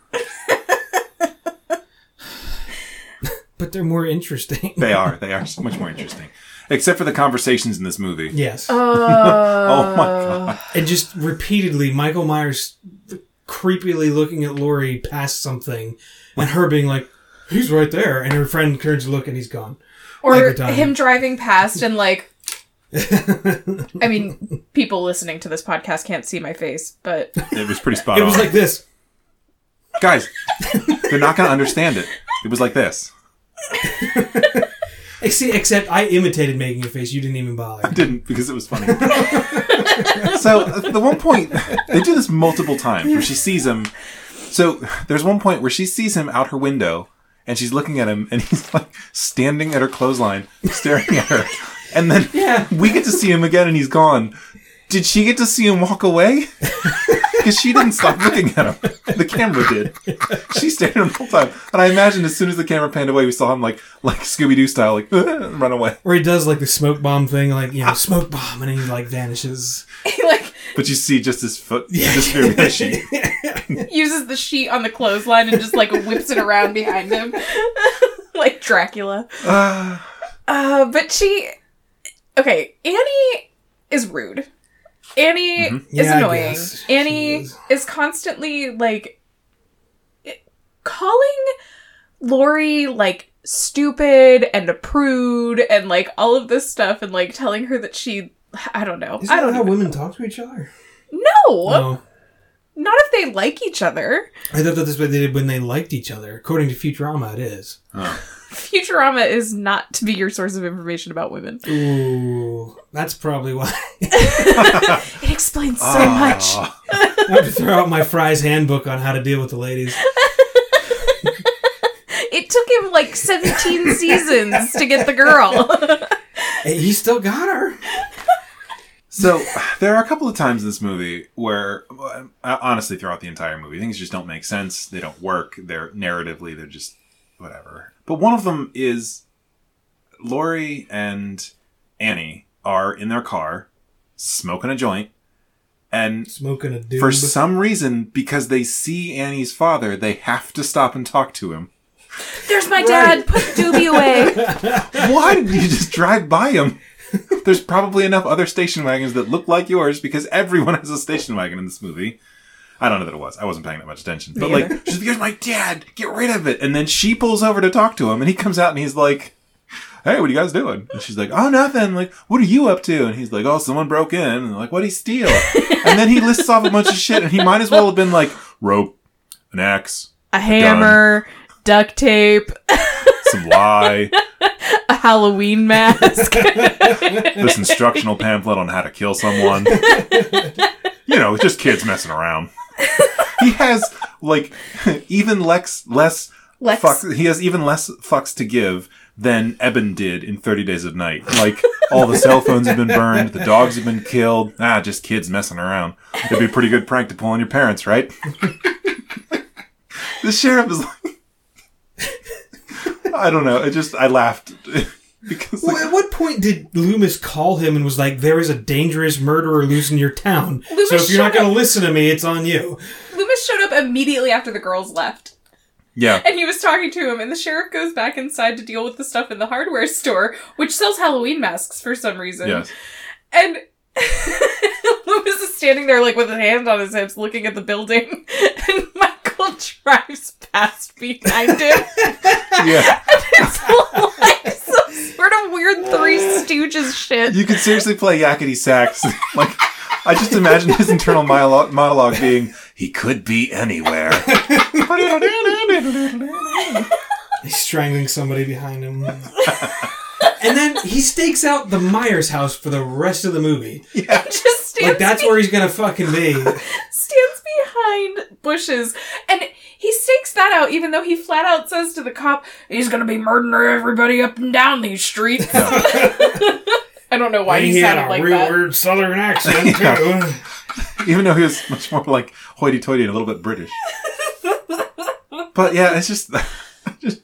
But they're more interesting.
They are. They are so much more interesting. Except for the conversations in this movie.
yes.
Oh my god.
and just repeatedly, Michael Myers creepily looking at Lori past something and her being like, he's right there. And her friend turns to look and he's gone.
Or
Every time.
him driving past and like. I mean, people listening to this podcast can't see my face, but
It was pretty spot
It was
on.
like this.
Guys, they're not going to understand it. It was like this.
Ex- Except I imitated making a face. You didn't even bother.
Didn't because it was funny. so at the one point they do this multiple times where she sees him. So there's one point where she sees him out her window and she's looking at him and he's like standing at her clothesline staring at her. And then we get to see him again and he's gone. Did she get to see him walk away? Because she didn't stop looking at him. The camera did. She stared at him the whole time. And I imagine as soon as the camera panned away, we saw him like like Scooby Doo style, like run away.
Or he does like the smoke bomb thing, like, you
Ah.
know, smoke bomb, and he like vanishes.
like
But you see just his foot disappear with the sheet.
uses the sheet on the clothesline and just like whips it around behind him, like Dracula. Uh, but she, okay, Annie is rude. Annie is
Mm-hmm. Yeah, I
annoying.
guess she
Annie is.
is.
constantly like i- calling Lori like stupid and a prude and like all of this stuff and like telling her that she I don't know. I don't
how
know.
women talk to each other.
No,
No.
not if they like each other.
I thought that that's what they did when they liked each other. According to Futurama, it is.
Futurama is not to be your source of information about women.
Ooh, that's probably why.
It explains so
Ah.
Ah.
much.
I have to throw out my Fry's handbook on how to deal with the ladies.
It took him like 17 seasons to get the girl.
Hey, he still got her.
So there are a couple of times in this movie where, uh, honestly, throughout the entire movie, things just don't make sense. They don't work. They're narratively, they're just whatever. But one of them is Lori and Annie are in their car smoking a joint, and
Smoking a dude.
for some reason, because they see Annie's father, they have to stop and talk to him.
There's my dad. Put Doobie away.
Why did you just drive by him? There's probably enough other station wagons that look like yours because everyone has a station wagon in this movie. I don't know that it was. I wasn't paying that much attention. But like, she's like, "Here's my dad. Get rid of it." And then she pulls over to talk to him, and he comes out and he's like, "Hey, what are you guys doing?" And she's like, "Oh, nothing. Like, what are you up to?" And he's like, "Oh, someone broke in." And they're like, "What'd he steal?" and then he lists off a bunch of shit, and he might as well have been like, rope, an axe,
A hammer, duct tape,
some lie,
a Halloween mask.
this instructional pamphlet on how to kill someone. you know, just kids messing around. he has like even Lex less
Lex.
fucks. He has even less fucks to give than Eben did in Thirty Days of Night. Like all the cell phones have been burned, the dogs have been killed. Ah, just kids messing around. It'd be a pretty good prank to pull on your parents, right? the sheriff is like, I don't know. It just I laughed because like,
Well, at what point did Loomis call him and was like, "There is a dangerous murderer loose in your town.
Loomis,
so if you're not
shut
going to listen to me, it's on you."
Loomis showed up immediately after the girls left.
yeah.
And he was talking to him, and the sheriff goes back inside to deal with the stuff in the hardware store, which sells Halloween masks for some reason.
Yes.
And Loomis is standing there, like with his hand on his hips, looking at the building, and Michael drives past behind him.
Yeah.
it's like some sort of weird Three Stooges shit.
You could seriously play Yakety Sax. like, I just imagine his internal monologue, monologue being, he could be anywhere.
He's strangling somebody behind him. and then he stakes out the Myers house for the rest of the movie.
Just stands,
Like that's where he's going to fucking be.
stands behind bushes, and he stakes that out, even though he flat out says to the cop, "He's gonna be murdering everybody up and down these streets." I don't know why
And
he,
he had
sounded
a
like
real
that.
weird Southern accent too.
Even though he was much more like hoity toity and a little bit British. But yeah, it's just. just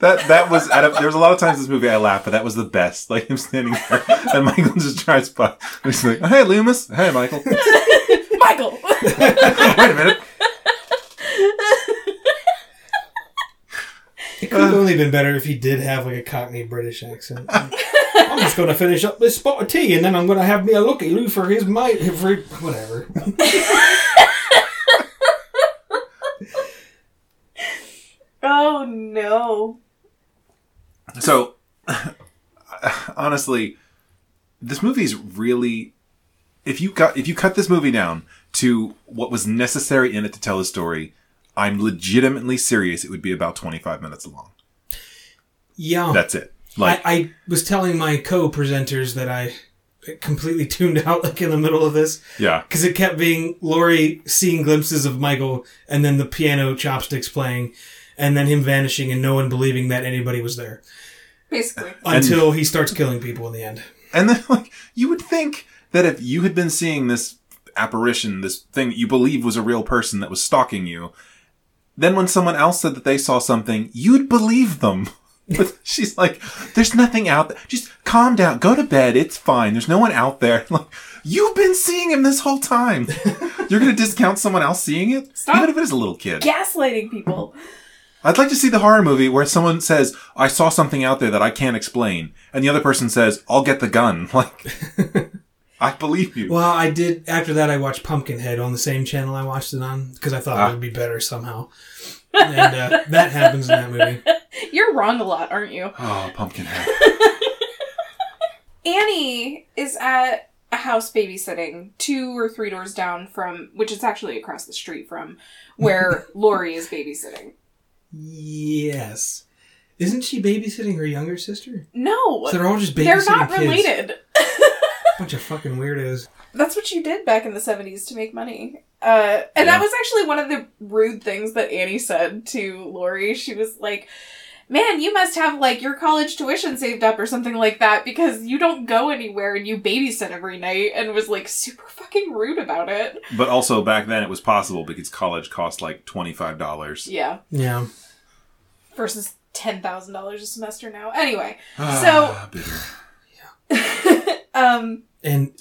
That that was out of there was a lot of times in this movie I laughed, but that was the best. Like him standing there, and Michael just drives by. And he's like, "Hey, Loomis. Hey, Michael. Wait
Michael,
a minute.
It could have only been better if he did have like a Cockney British accent. I'm just going to finish up this spot of tea, and then I'm going to have me a looky loo for his mate. For whatever.
Oh no.
So, honestly, this movie's really if you got if you cut this movie down to what was necessary in it to tell the story, I'm legitimately serious. It would be about 25 minutes long.
Yeah.
That's it. Like
Oh. I, I was telling my co-presenters that I completely tuned out like in the middle of this
yeah,
because it kept being Lori seeing glimpses of Michael and then the piano chopsticks playing and then him vanishing and no one believing that anybody was there
Basically.
until he starts killing people in the end.
and then like you would think that if you had been seeing this apparition, this thing that you believe was a real person that was stalking you, then when someone else said that they saw something, you'd believe them. But she's like, "There's nothing out there. Just calm down. Go to bed. It's fine. There's no one out there." Like you've been seeing him this whole time. You're gonna discount someone else seeing it,
Stop.
even if it is a little kid.
Gaslighting people.
I'd like to see the horror movie where someone says, I saw something out there that I can't explain. And the other person says, I'll get the gun. Like, I believe you.
Well, I did after that. I watched Pumpkinhead on the same channel I watched it on because I thought
Ah.
it would be better somehow. And uh, that happens in that movie.
You're wrong a lot, aren't you?
oh, Pumpkinhead.
Annie is at a house babysitting two or three doors down from, which is actually across the street from, where Lori is babysitting.
Yes, isn't she babysitting her younger sister?
No,
So they're all just babysitting
they're not
kids.
related.
Bunch of fucking weirdos.
That's what you did back in the 70s to make money. Uh, and that
Yeah.
was actually one of the rude things that Annie said to Lori. She was like, Man, you must have like your college tuition saved up or something like that because you don't go anywhere and you babysit every night and was like super fucking rude about it.
but also, back then it was possible because college cost like $25.
Yeah.
Yeah.
Versus $10,000 a semester now. Anyway,
Ah, bitter.
um,
and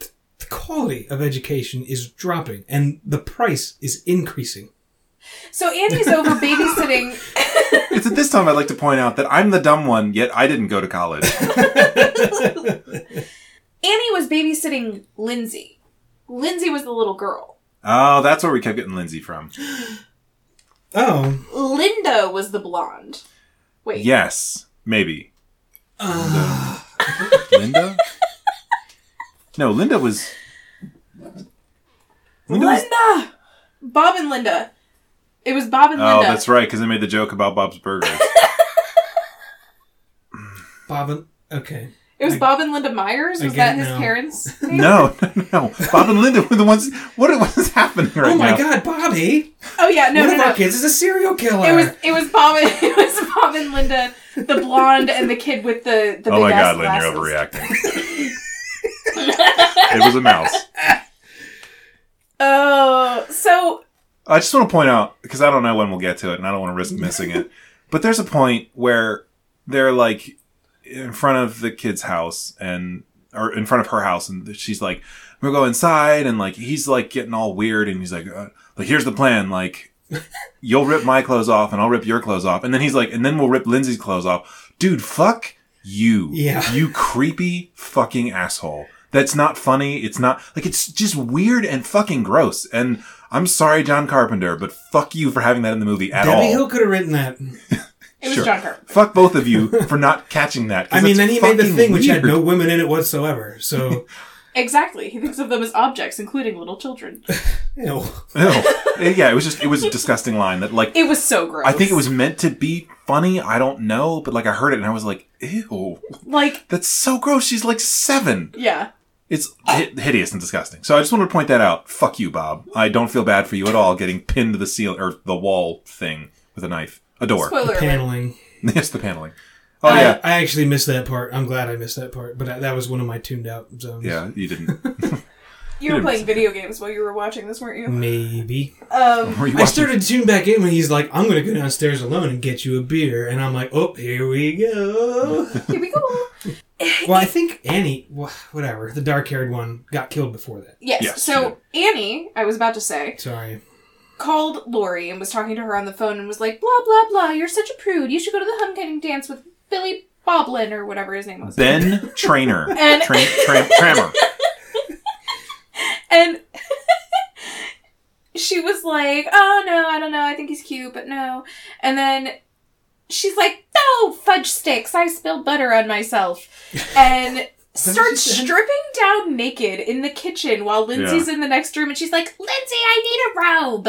th- the quality of education is dropping and the price is increasing.
so Annie's over babysitting
It's at this time I'd like to point out that I'm the dumb one, yet I didn't go to college.
Annie was babysitting Lindsay. Lindsay was the little girl.
oh, that's where we kept getting Lindsay from.
Oh,
Linda was the blonde. Wait.
Yes, maybe. Linda? No, Linda was. Linda was
Linda! Bob and Linda. It was Bob and
Oh,
Linda.
that's right, because I made the joke about Bob's Burgers.
Bob and okay.
It was Bob and Linda Myers.
I
Was
get
that his
now.
parents? name?
no, no, no. Bob and Linda were the ones. What was happening right
oh my
now?
God, Bobby!
Oh yeah, no,
One
no,
of
no.
our kids is a serial killer.
It was it was Bob and it was Bob and Linda, the blonde and the kid with the the
oh my
big ass
God, Lynn, you're
glasses.
overreacting. it was a mouse.
Oh, so
I just want to point out because I don't know when we'll get to it, and I don't want to risk missing it. But there's a point where they're like in front of the kid's house, and or in front of her house, and she's like, "We'll go inside," and like he's like getting all weird, and he's like, uh, "Like here's the plan, like." You'll rip my clothes off and I'll rip your clothes off. And then he's like, and then we'll rip Lindsay's clothes off. Dude, fuck you.
Yeah.
You creepy fucking asshole. That's not funny. It's not like it's just weird and fucking gross. And I'm sorry, John Carpenter, but fuck you for having that in the movie at
Debbie
all.
Hill could have written that.
it was
Sure.
John Carpenter.
Fuck both of you for not catching that. 'cause
I mean,
it's
then he made the
fucking
thing which had
weird.
no women in it whatsoever. So,
Exactly. He thinks of them as objects, including little children.
you know,
Ew. yeah, it was just it was a disgusting line that like
It was so gross.
I think it was meant to be funny. I don't know, but like I heard it and I was like, ew,
like
that's so gross. She's like seven.
yeah.
It's hi- hideous and disgusting. So I just wanted to point that out. Fuck you, Bob. I don't feel bad for you at all getting pinned to the seal or the wall thing with a knife, a door.
Spoiler alert.
paneling.
Yes, the paneling. Oh
I-
yeah,
I, actually missed that part. I'm glad I missed that part, but I, that was one of my tuned out zones.
yeah. You didn't.
You were
It was-
playing video games while you were watching this, weren't you?
Maybe.
Um,
Were you
I
watching-
started to tune back in when he's like, I'm going to go downstairs alone and get you a beer. And I'm like, oh, here we go.
here we go.
well, I think Annie, wha- whatever, the dark haired one, got killed before that.
Yes.
Yes,
so Annie, I was about to say,
Sorry.
called Lori and was talking to her on the phone and was like, blah, blah, blah, you're such a prude. You should go to the homecoming dance with Billy Boblin or whatever his name was.
Ben Trainer,
And-
Train, tram, Trammer.
and she was like, oh no, I don't know. I think he's cute, but no. And then she's like, no, fudge sticks. I spilled butter on myself. And starts stripping down naked in the kitchen while Lindsay's in the next room. And she's like, Lindsay, I need a robe.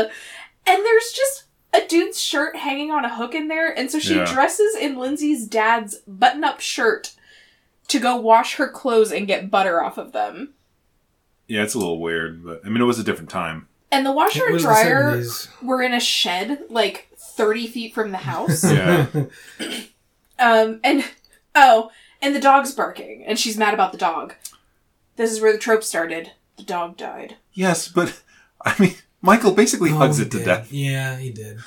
And there's just a dude's shirt hanging on a hook in there. And so she
Yeah.
dresses in Lindsay's dad's button up shirt to go wash her clothes and get butter off of them.
Yeah, it's a little weird, but I mean, it was a different time.
And the washer
It
and
was the
dryer
70s.
were in a shed like 30 feet from the house.
Yeah.
Um, and oh, and the dog's barking, and she's mad about the dog. This is where the trope started. The dog died.
yes, but I mean, Michael basically
Oh,
hugs
he
it to
did.
death.
Yeah, he did.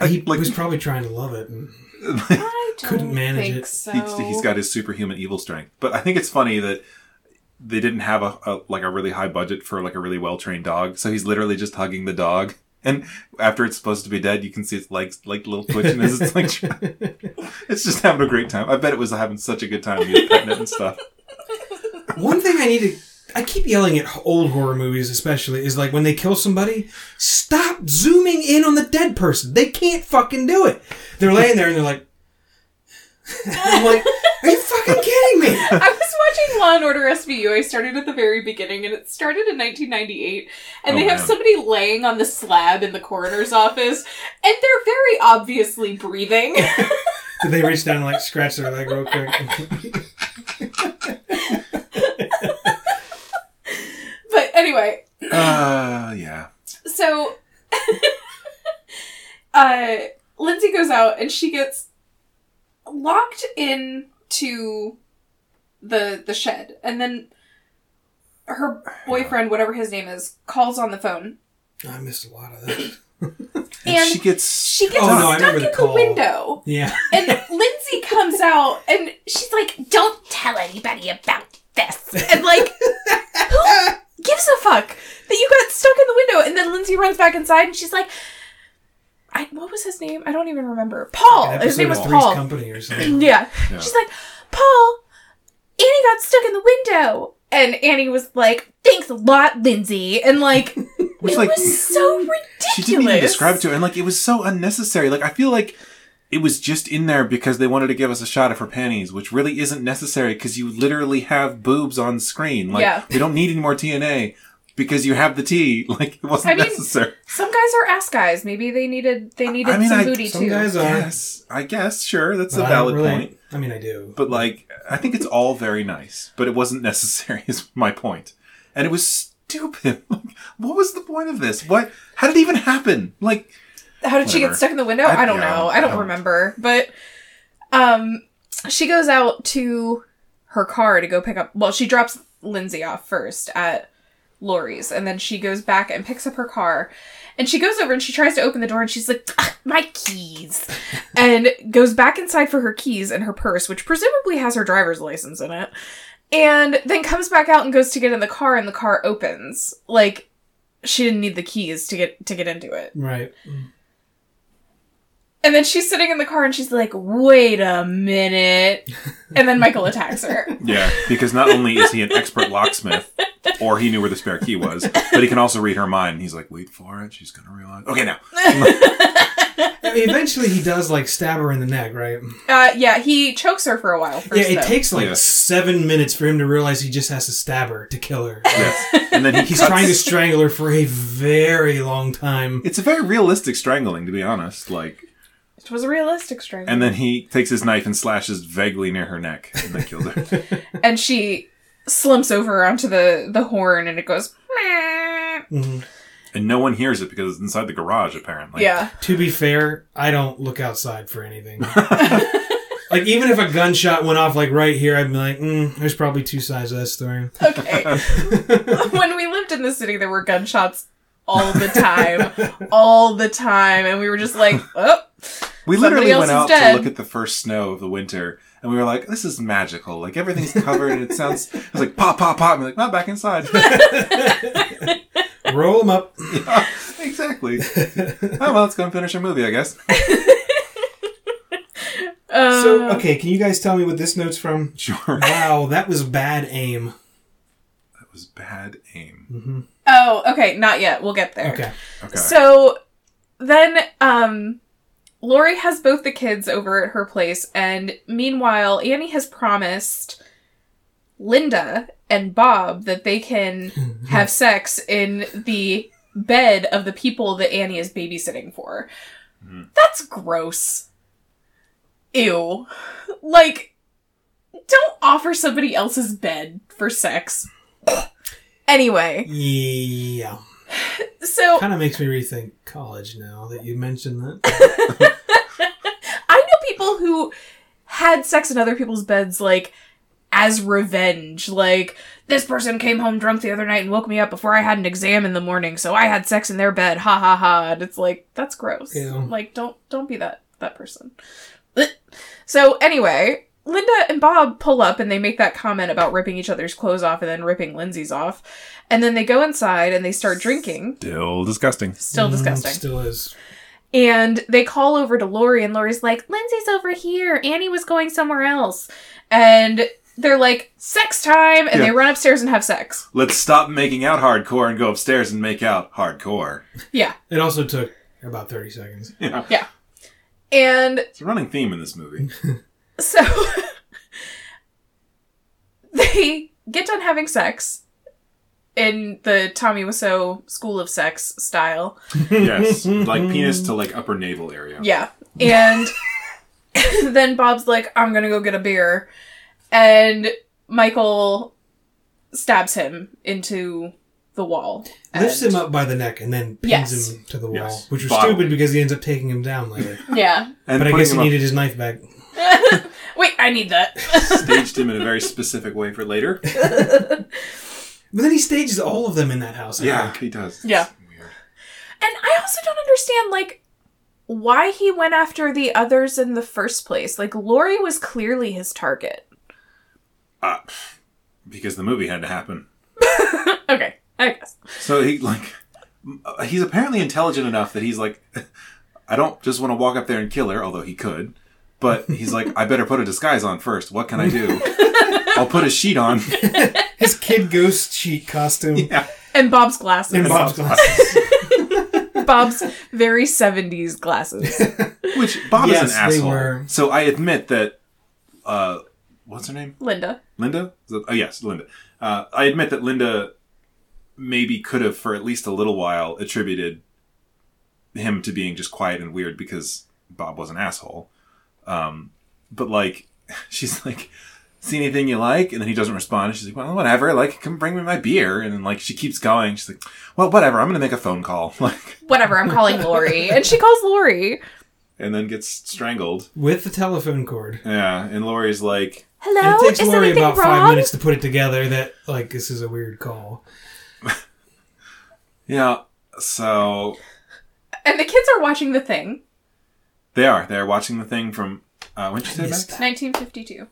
I-
he
like-
was probably trying to love it. and-
I don't
Couldn't manage
think
it.
So.
He's, he's got his superhuman evil strength. But I think it's funny that they didn't have a, a like a really high budget for like a really well trained dog, so he's literally just hugging the dog. And after it's supposed to be dead, you can see its legs like little twitching as it's like it's just having a great time. I bet it was having such a good time. He was petting it and stuff.
One thing I need to. I keep yelling at old horror movies, especially, is like when they kill somebody, stop zooming in on the dead person. They can't fucking do it. They're laying there and they're like, I'm like, are you fucking kidding me?
I was watching Law and Order SVU. I started at the very beginning, and it started in 1998. And
Oh,
they have
man.
somebody laying on the slab in the coroner's office, and they're very obviously breathing.
Did they reach down and like scratch their leg real quick?
but anyway,
Uh, yeah.
so uh Lindsay goes out and she gets locked in to the the shed and then her boyfriend whatever his name is calls on the phone
I missed a lot of that.
And,
And
she gets
she gets
Oh, no, I
stuck
remember
in
the
the
call.
window
Yeah.
and Lindsay comes out and she's like don't tell anybody about this and like who gives a fuck that you got stuck in the window and then Lindsay runs back inside and she's like I, what was his name? I don't even remember. Paul.
An
His name
episode
was
of Three's
Paul.
Company or something.
Yeah.
Yeah.
She's like, Paul, Annie got stuck in the window. And Annie was like, thanks a lot, Lindsay. And like, it
was like
was so ridiculous.
she didn't even describe it to her, and like it was so unnecessary. Like I feel like it was just in there because they wanted to give us a shot of her panties, which really isn't necessary because you literally have boobs on screen. Like
Yeah.
we don't need any more TNA because you have the T. Like it wasn't
I mean,
necessary.
Some guys are ass guys. Maybe they needed they needed
I mean,
some
I-
booty
Some
too.
guys are.
Yes, I guess sure that's
but
a
I
valid
don't really-
point.
I mean, I do.
But like I think it's all very nice, but it wasn't necessary. Is my point, and it was stupid. Like, what was the point of this? What? How did it even happen? Like
How did she get
Whatever.
stuck in the window?
I-
I, don't
yeah,
know. I don't
I don't-
remember. But um she goes out to her car to go pick up well, she drops Lindsay off first at Lori's and then she goes back and picks up her car. And she goes over and she tries to open the door and she's like, "Ah, "My keys." and goes back inside for her keys and her purse, which presumably has her driver's license in it. And then comes back out and goes to get in the car and the car opens. Like she didn't need the keys to get to get into it.
Right.
And then she's sitting in the car and she's like, wait a minute. And then Michael attacks her.
Yeah, because not only is he an expert locksmith, or he knew where the spare key was, but he can also read her mind. And he's like, wait for it. She's going to realize. Okay, now.
I mean, eventually he does like stab her in the neck, right?
Uh, yeah, he chokes her for a while first.
yeah, it
though.
takes like
Yeah.
seven minutes for him to realize he just has to stab her to kill her.
Yes. And then he
He's
cuts-
trying to strangle her for a very long time.
It's a very realistic strangling, to be honest. Like,
It was a realistic strangle.
and then he takes his knife and slashes vaguely near her neck, and then kills her.
And she slumps over onto the, the horn and it goes, "Meow."
And no one hears it because it's inside the garage, apparently.
yeah.
To be fair, I don't look outside for anything. like even if a gunshot went off like right here, I'd be like, mm, "There's probably two sides to that story."
Okay. when we lived in the city, there were gunshots all the time. all the time. And we were just like, oh. Somebody
We literally
else
went
is
out
dead.
to look at the first snow of the winter, and we were like, this is magical. Like, everything's covered, and it sounds. I was like, pop, pop, pop. And we're like, not back inside.
Roll them up.
exactly. Oh, well, let's go and finish our movie, I guess.
Uh,
So okay, can you guys tell me what this note's from?
Sure.
Wow, that was bad aim.
That was bad aim.
Oh, okay, not yet. We'll get there.
Okay.
Okay.
So then um Lori has both the kids over at her place and meanwhile Annie has promised Linda and Bob that they can have sex in the bed of the people that Annie is babysitting for. That's gross. Ew. Like don't offer somebody else's bed for sex. anyway,
Yeah.
so
Kind of makes me rethink college now that you mentioned that.
I know people who had sex in other people's beds, like, as revenge. Like, this person came home drunk the other night and woke me up before I had an exam in the morning, so I had sex in their bed. Ha ha ha. And it's like, that's gross.
Ew.
Like, don't don't be that that person. Blech. So anyway, Linda and Bob pull up and they make that comment about ripping each other's clothes off and then ripping Lindsay's off. And then they go inside and they start drinking.
Still disgusting.
Still
Mm,
disgusting.
Still is.
And they call over to Lori, and Lori's like, Lindsay's over here. Annie was going somewhere else. And they're like, sex time. And they
Yeah.
run upstairs and have sex.
Let's stop making out hardcore and go upstairs and make out hardcore.
Yeah.
It also took about 30 seconds.
And
It's a running theme in this movie.
so they get done having sex in the Tommy Wiseau school of sex style.
yes, like penis to like upper navel area.
Yeah. And then Bob's like, I'm going to go get a beer. And Michael stabs him into the wall.
Lifts
And-
him up by the neck and then pins
Yes.
him to the wall,
Yes.
which was
Bodily.
stupid because he ends up taking him down later.
Yeah.
And
but I
putting
guess he
him up-
needed his knife back.
Wait, I need that.
staged him in a very specific way for later.
But then he stages all of them in that house. I
Yeah,
think.
he does.
Yeah.
It's weird.
and I also don't understand, like, why he went after the others in the first place. Like, Lori was clearly his target.
Because the movie had to happen.
Okay, I guess.
So he like uh, he's apparently intelligent enough that he's like I don't just want to walk up there and kill her, although he could. But he's like, I better put a disguise on first. What can I do? I'll put a sheet on.
His kid ghost sheet costume.
And Bob's glasses.
And Bob's glasses.
Bob's very 70s glasses.
Which Bob
Yes,
is
they
an asshole.
were.
So I admit that. Uh, what's her name?
Linda.
Linda? Is that- oh yes, Linda. Uh, I admit that Linda maybe could have, for at least a little while, attributed him to being just quiet and weird because Bob was an asshole. Um, but like, she's like, "See anything you like?" And then he doesn't respond. And she's like, "Well, whatever. Like, come bring me my beer." And then like, she keeps going. She's like, "Well, whatever. I'm gonna make a phone call." Like,
Whatever, I'm calling Lori. And she calls Lori.
and then gets strangled.
With the telephone cord.
Yeah. And Lori's like,
Hello?
And it takes
Is
Lori
anything
about five
wrong?
minutes to put it together that, like, this is a weird call.
"Yeah." So
And the kids are watching The Thing,
They are. They are watching the thing from. Uh, when'd you say
missed
back?
1952.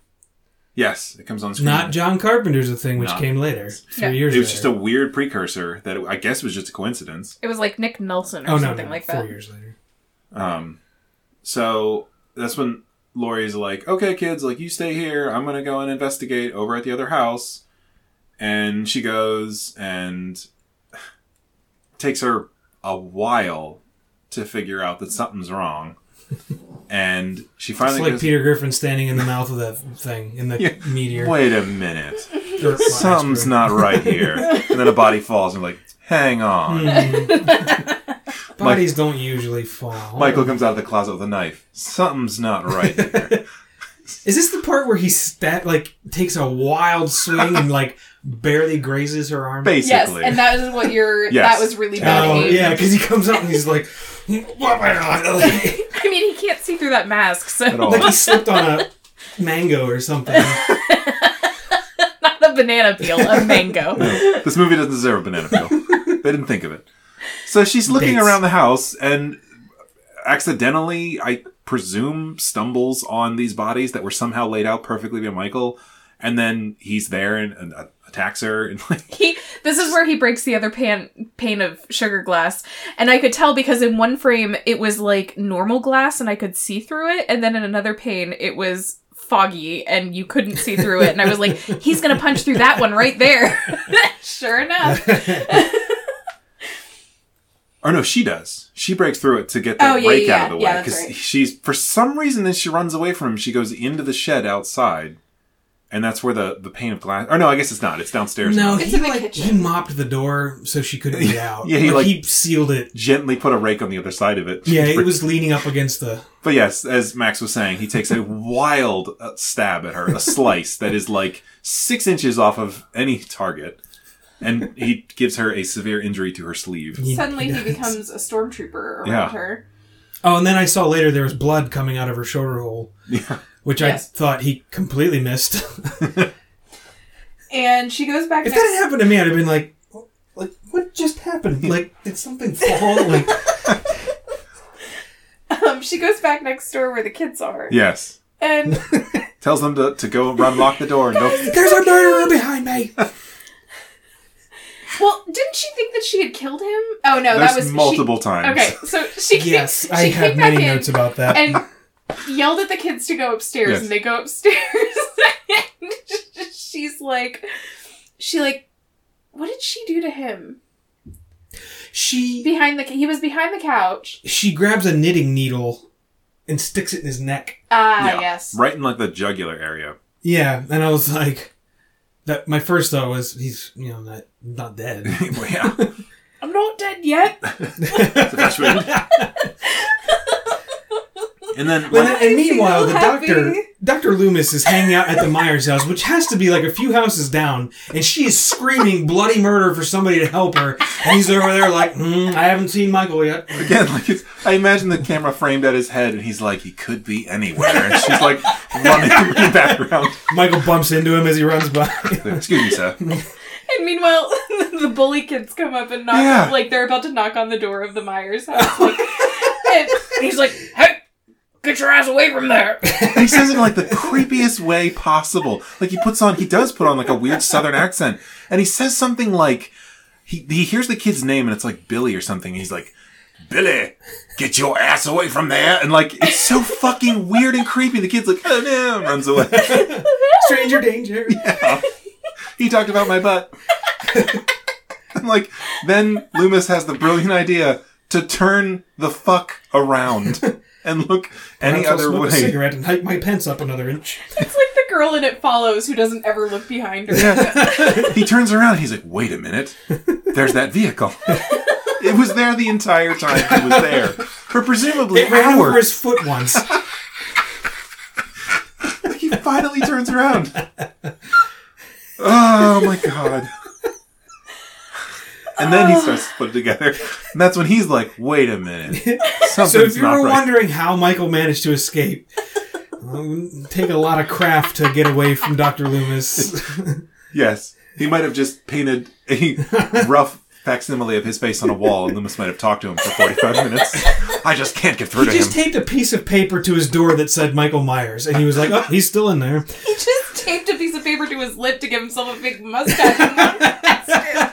Yes, it comes on screen.
Not John Carpenter's The Thing, which
Not-
came later. Three
Yeah.
years
It was
later.
just a weird precursor that I guess was just a coincidence.
It was like Nick Nelson or
oh, no,
something
no,
like
four
that.
years later.
Um, so that's when Lori's like, "Okay, kids, like you stay here. I'm gonna go and investigate over at the other house." And she goes and takes her a while to figure out that something's wrong. And she
It's
finally
like
goes,
Peter Griffin standing in the mouth of that thing, in the
Yeah.
meteor.
"Wait a minute."
Or-
something's not right here. and then a body falls, and we're like, hang on.
Bodies don't usually fall.
Michael comes out of the closet with a knife. Something's not right here.
Is this the part where he stat like takes a wild swing and like barely grazes her arm?
Yes,
Basically.
and that is what you're.
Yes.
That was really bad.
Oh
aim.
yeah, because he comes up and he's like, like
I mean, he can't see through that mask,
At
so
all.
he slipped on a mango or something.
not a banana peel, a mango.
this movie doesn't deserve a banana peel. they didn't think of it. So she's looking
Dates.
around the house and accidentally, I presume, stumbles on these bodies that were somehow laid out perfectly by Michael. And then he's there and, and uh, attacks her. And like,
he this is where he breaks the other pan pane of sugar glass and i could tell because in one frame it was like normal glass and i could see through it and then in another pane it was foggy and you couldn't see through it. And I was like, he's going to punch through that one right there. sure enough.
Or no, she does. She breaks through it to get the
Oh, yeah,
rake
yeah,
out of the
yeah. Yeah,
way
that's
because
right.
she's for some reason then she runs away from him. She goes into the shed outside, and that's where the the pane of glass. Or no, I guess it's not. It's downstairs.
No,
now.
he
in the
like
kitchen.
he mopped the door so she couldn't get out.
Yeah, he, like-
he sealed it.
gently put a rake on the other side of it.
Yeah, it was leaning up against the.
But yes, as Max was saying, he takes a wild uh, stab at her, a slice that is like six inches off of any target, and he gives her a severe injury to her sleeve.
he-
Suddenly he
does.
becomes a stormtrooper around
Yeah.
her.
Oh, and then I saw later there was blood coming out of her shoulder hole,
Yeah.
which
Yes.
I thought he completely missed.
And she goes back
if
next
that had happened to me, I'd have been like, like what just happened? Like did something fall? Like
um, she goes back next door where the kids are.
Yes.
And
Tells them to, to go run, lock the door, and don't.
there's a murderer behind me.
well, didn't she think that she had killed him? Oh no, that
There's
was she-
multiple times.
Okay, so she
yes,
she
I have
came back
many
in
notes about that.
and yelled at the kids to go upstairs,
Yes.
and they go upstairs. and she's like, she like, what did she do to him
she
behind the? He was behind the couch.
she grabs a knitting needle and sticks it in his neck.
Ah,
Yeah.
yes.
Right in like the jugular area.
Yeah, and I was like, that. My first thought was he's you know not not dead.
Well, yeah.
I'm not dead yet.
It's eventually- and then,
Well,
like,
and meanwhile, the
so happy.
doctor, Doctor Loomis, is hanging out at the Myers house, which has to be like a few houses down, and she is screaming bloody murder for somebody to help her, and he's over there like, mm, I haven't seen Michael yet.
again, like it's, I imagine the camera framed at his head, and he's like, he could be anywhere. And she's like running in the background.
Michael bumps into him as he runs by.
Excuse me, sir.
And meanwhile, the bully kids come up and knock,
Yeah.
like they're about to knock on the door of the Myers house. Like, and he's like, "Hey,
Get your ass away from there.
And he says it in, like the creepiest way possible. Like he puts on, he does put on like a weird southern accent, and he says something like, he he hears the kid's name and it's like Billy or something. And he's like, Billy, get your ass away from there, and like it's so fucking weird and creepy. The kid's like, oh no, and runs away.
Stranger danger.
He talked about my butt. and like then Loomis has the brilliant idea to turn the fuck around and look any
Perhaps I'll
other
smoke a
way.
cigarette and hike my pants up another inch.
it's like the girl in It Follows who doesn't ever look behind her."
Yeah. he turns around and he's like, wait a minute. There's that vehicle. it was there the entire time he was there. For presumably
It ran over
hours.
his foot once.
He finally turns around. Oh my god. And then he starts to put it together. And that's when he's like, wait a minute. Something's
So if you
not
were
right.
wondering how Michael managed to escape, um, take a lot of craft to get away from Doctor Loomis.
Yes. He might have just painted a rough facsimile of his face on a wall, and Loomis might have talked to him for 45 minutes. I just can't get through to
He just
him.
taped a piece of paper to his door that said Michael Myers, and he was like, "Oh, he's still in there."
He just taped a piece of paper to his lip to give himself a big mustache. in one instant.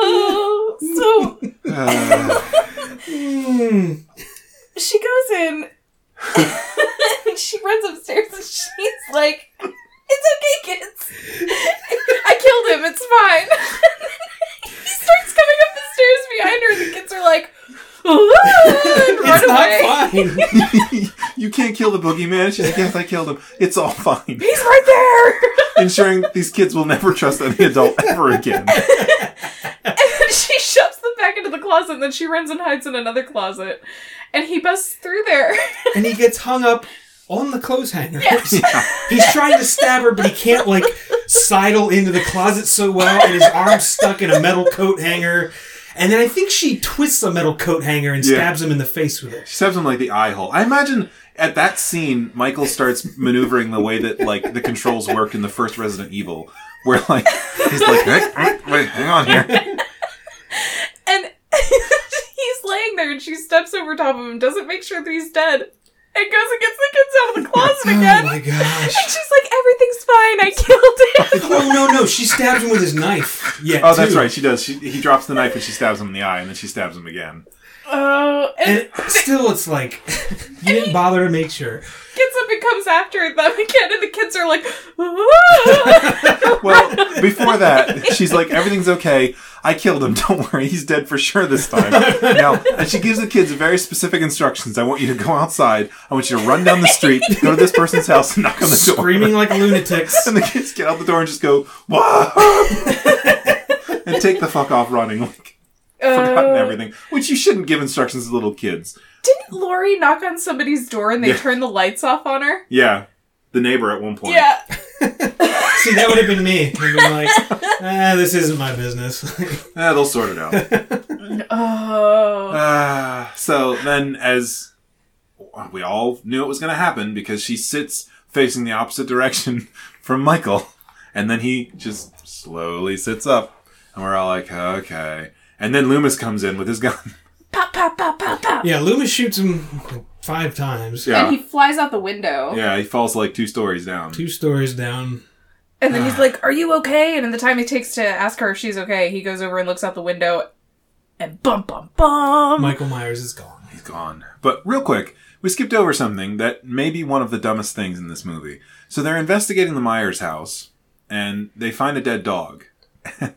oh, so
Uh,
she goes in and she runs upstairs and she's like, "It's okay, kids. I killed him. It's fine." he starts coming up the stairs behind her, and the kids are like, "Ooh," and run
it's not
away.
fine.
you can't kill the boogeyman. She's like, yes, I killed him. It's all fine.
He's right there.
Ensuring these kids will never trust any adult ever again.
And then she shoves them back into the closet, and then she runs and hides in another closet. And he busts through there.
and he gets hung up on the clothes hanger. he's trying to stab her, but he can't like sidle into the closet so well, and his arm's stuck in a metal coat hanger. And then I think she twists a metal coat hanger and
Yeah.
stabs him in the face with it.
She stabs him like the eye hole. I imagine at that scene, Michael starts maneuvering the way that like the controls worked in the first Resident Evil, where like he's like, "Eh, eh, wait, hang on here.
And he's laying there, and she steps over top of him, doesn't make sure that he's dead. and goes and gets the kids out of the closet again.
my gosh.
And she's like, everything's fine. I killed him.
Oh no no! She stabs him with his knife. Yeah.
Oh, that's
too.
right. She does. She, he drops the knife and she stabs him in the eye, and then she stabs him again.
Oh, and,
And still, it's like you didn't bother to make sure.
gets up and comes after them again, and the kids are like, "Ah."
Well, before that, she's like, "Everything's okay. I killed him. Don't worry. He's dead for sure this time." Now, and she gives the kids very specific instructions. I want you to go outside. I want you to run down the street, go to this person's house, and knock on the
Screaming
door.
like lunatics.
And the kids get out the door and just go, "Whoa!" and take the fuck off running. Like, forgotten
Uh,
everything. Which you shouldn't give instructions to little kids.
Didn't Lori knock on somebody's door and they
Yeah.
turned the lights off on her?
Yeah, the neighbor at one point.
Yeah.
See, that would have been me. I'd been like, ah, this isn't my business.
Eh, they'll sort it out.
Oh.
Ah, so then, as we all knew it was going to happen, because she sits facing the opposite direction from Michael, and then he just slowly sits up, and we're all like, okay. And then Loomis comes in with his gun.
Pop, pop, pop, pop, pop.
yeah, Loomis shoots him like, five times.
And he
Yeah,
flies out the window.
yeah, he falls like two stories down.
Two stories down.
And then
Ah.
he's like, Are you okay? And in the time it takes to ask her if she's okay, he goes over and looks out the window and bum, bum, bum.
Michael Myers is gone.
He's gone. But real quick, we skipped over something that may be one of the dumbest things in this movie. So they're investigating the Myers house, and they find a dead dog.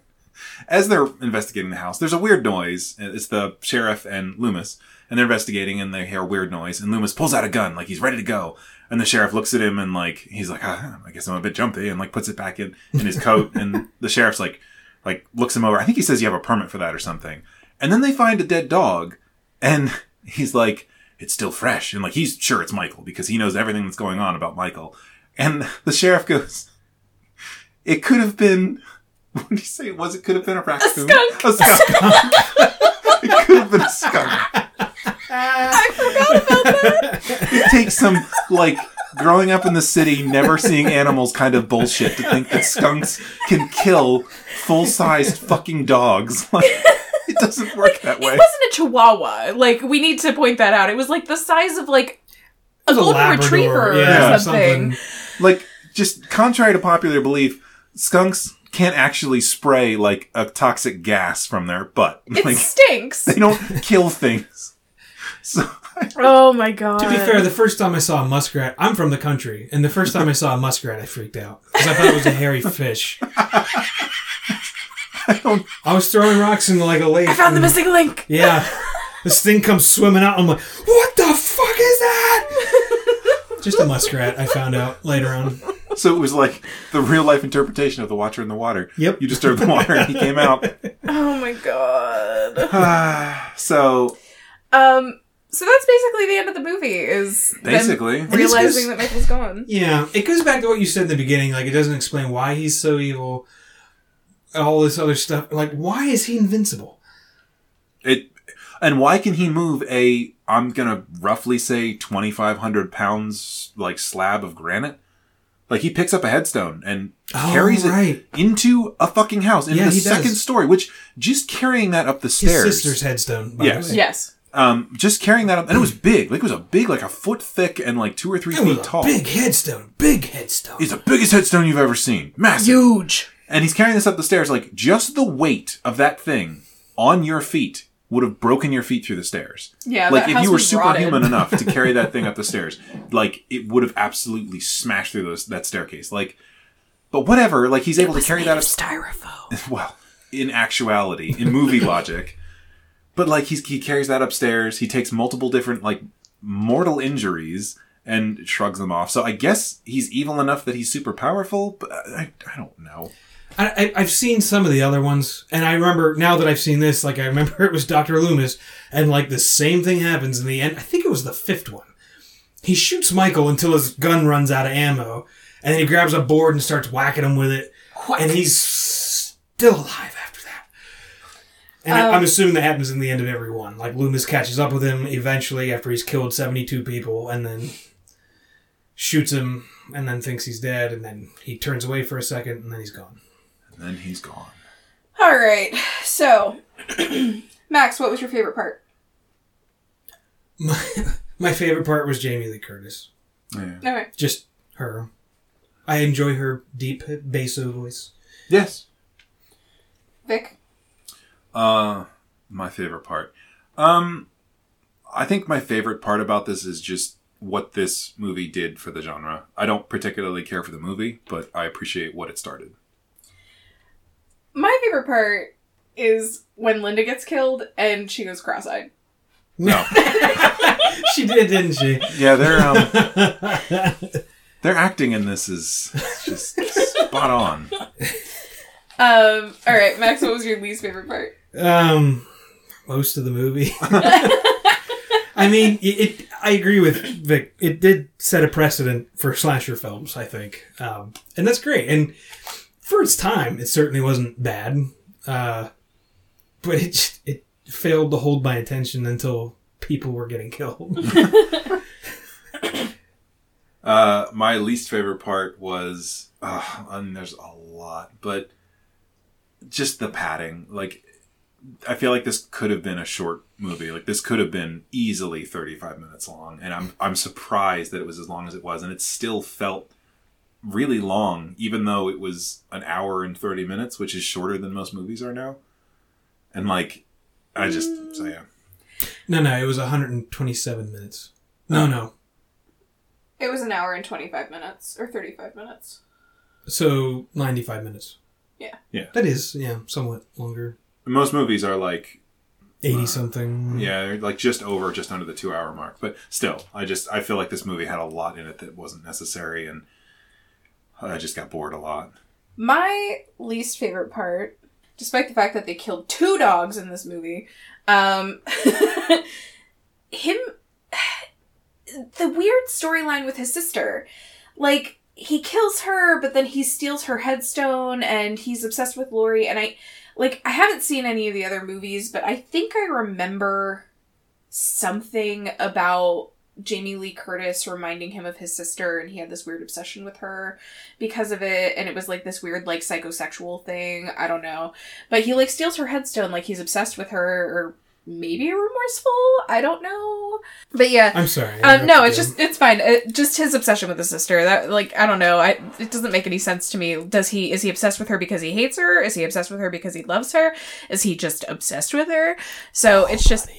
As they're investigating the house, there's a weird noise. It's the sheriff and Loomis, and they're investigating, and they hear a weird noise. And Loomis pulls out a gun, like he's ready to go. And the sheriff looks at him, and like he's like, ah, "I guess I'm a bit jumpy," and like puts it back in in his coat. and the sheriff's like, like looks him over. I think he says you have a permit for that or something. And then they find a dead dog, and he's like, it's still fresh. And like, he's sure it's Michael because he knows everything that's going on about Michael. And the sheriff goes, it could have been, what did he say it was? It could have been a raccoon.
skunk.
A skunk. it could have been a skunk.
I forgot about that.
It takes some, like, growing up in the city, never seeing animals kind of bullshit to think that skunks can kill full sized fucking dogs. Like, it doesn't work that
It
way.
wasn't a chihuahua. Like, we need to point that out. It was like the size of like a golden
Labrador,
retriever
yeah,
or something.
like just contrary to popular belief, skunks can't actually spray like a toxic gas from their butt.
It
Like
stinks.
they don't kill things. So
Oh my god.
To be fair, the first time I saw a muskrat, I'm from the country, and the first time I saw a muskrat, I freaked out because I thought it was a hairy fish. I was throwing rocks into like a lake.
I found the
and-
missing link.
Yeah, this thing comes swimming out. I'm like, what the fuck is that? Just a muskrat. I found out later on.
so it was like the real life interpretation of the watcher in the water.
Yep.
You disturbed the water and he came out.
Oh my god.
Ah, so
Um. So that's basically the end of the movie. Is them
basically
And this
realizing that
goes-
Michael's gone.
Yeah, it goes back to what you said in the beginning. Like, it doesn't explain why he's so evil. All this other stuff. Like, why is he invincible?
it and why can he move a I'm gonna roughly say twenty five hundred pounds like slab of granite? Like he picks up a headstone and
Oh,
carries
right.
it into a fucking house into
Yeah,
the
he does.
second story, which just carrying that up the
His
stairs.
sister's headstone. By
Yes.
The way.
Yes.
um just carrying that up and it was big. Like it was a big, like a foot thick and like two or three
Mm. It was
feet
a
tall.
Big headstone. Big headstone.
He's the biggest headstone you've ever seen. Massive.
Huge.
And he's carrying this up the stairs, like just the weight of that thing on your feet would have broken your feet through the stairs.
Yeah,
Like
that
if
house
you were
was
superhuman
rotted.
enough to carry that thing up the stairs, like it would have absolutely smashed through those, that staircase. Like, but whatever. Like he's able to carry that up.
Styrofoam.
well, in actuality, in movie logic. But like he's, he carries that upstairs. He takes multiple different like mortal injuries and shrugs them off. So I guess he's evil enough that he's super powerful. But I, I don't know.
I, I, I've seen some of the other ones, and I remember now that I've seen this, like I remember it was Doctor Loomis, and like the same thing happens in the end. I think it was the fifth one. He shoots Michael until his gun runs out of ammo, and then he grabs a board and starts whacking him with it, and he's still alive after that. And I, I'm assuming that happens in the end of every one. Like Loomis catches up with him eventually after he's killed 72 people, and then shoots him, and then thinks he's dead, and then he turns away for a second, and then he's gone.
And then he's gone.
All right. So, Max, what was your favorite part?
My, My favorite part was Jamie Lee Curtis.
Yeah.
Okay.
Just her. I enjoy her deep basso voice.
Yes.
Vic.
Uh, my favorite part. Um, I think my favorite part about this is just what this movie did for the genre. I don't particularly care for the movie, but I appreciate what it started.
My favorite part is when Linda gets killed and she goes cross-eyed.
No,
She did, didn't she?
yeah, their um, their acting in this is just spot on.
Um, all right, Max, what was your least favorite part?
Um, most of the movie. I mean, it, it. I agree with Vic. It did set a precedent for slasher films, I think, um, and that's great. And for its time, it certainly wasn't bad, uh, but it just- it failed to hold my attention until people were getting killed.
Uh, my least favorite part was, uh, I mean, there's a lot, but just the padding. Like, I feel like this could have been a short movie. Like, this could have been easily 35 minutes long, and I'm I'm surprised that it was as long as it was, and it still felt really long, even though it was an hour and 30 minutes, which is shorter than most movies are now. And like, I just so yeah,
no, no, it was 127 minutes.
Oh.
No, no.
It was an hour and 25 minutes, or 35 minutes.
So 95 minutes.
Yeah.
Yeah.
That is, yeah, somewhat longer.
most movies are like
80 something.
Yeah, they're, like just over, just under the two hour mark. But still, I just I feel like this movie had a lot in it that wasn't necessary, and I just got bored a lot.
My least favorite part, despite the fact that they killed two dogs in this movie, um, him, the weird storyline with his sister. Like, he kills her, but then he steals her headstone and he's obsessed with Lori. And I, like, I haven't seen any of the other movies, but I think I remember something about Jamie Lee Curtis reminding him of his sister and he had this weird obsession with her because of it and it was like this weird like psychosexual thing i don't know but he like steals her headstone like he's obsessed with her or maybe remorseful i don't know but yeah
I'm sorry. I
um, no it's
interrupted you.
just it's fine it, just his obsession with his sister that like i don't know I, it doesn't make any sense to me does he is he obsessed with her because he hates her is he obsessed with her because he loves her is he just obsessed with her so it's just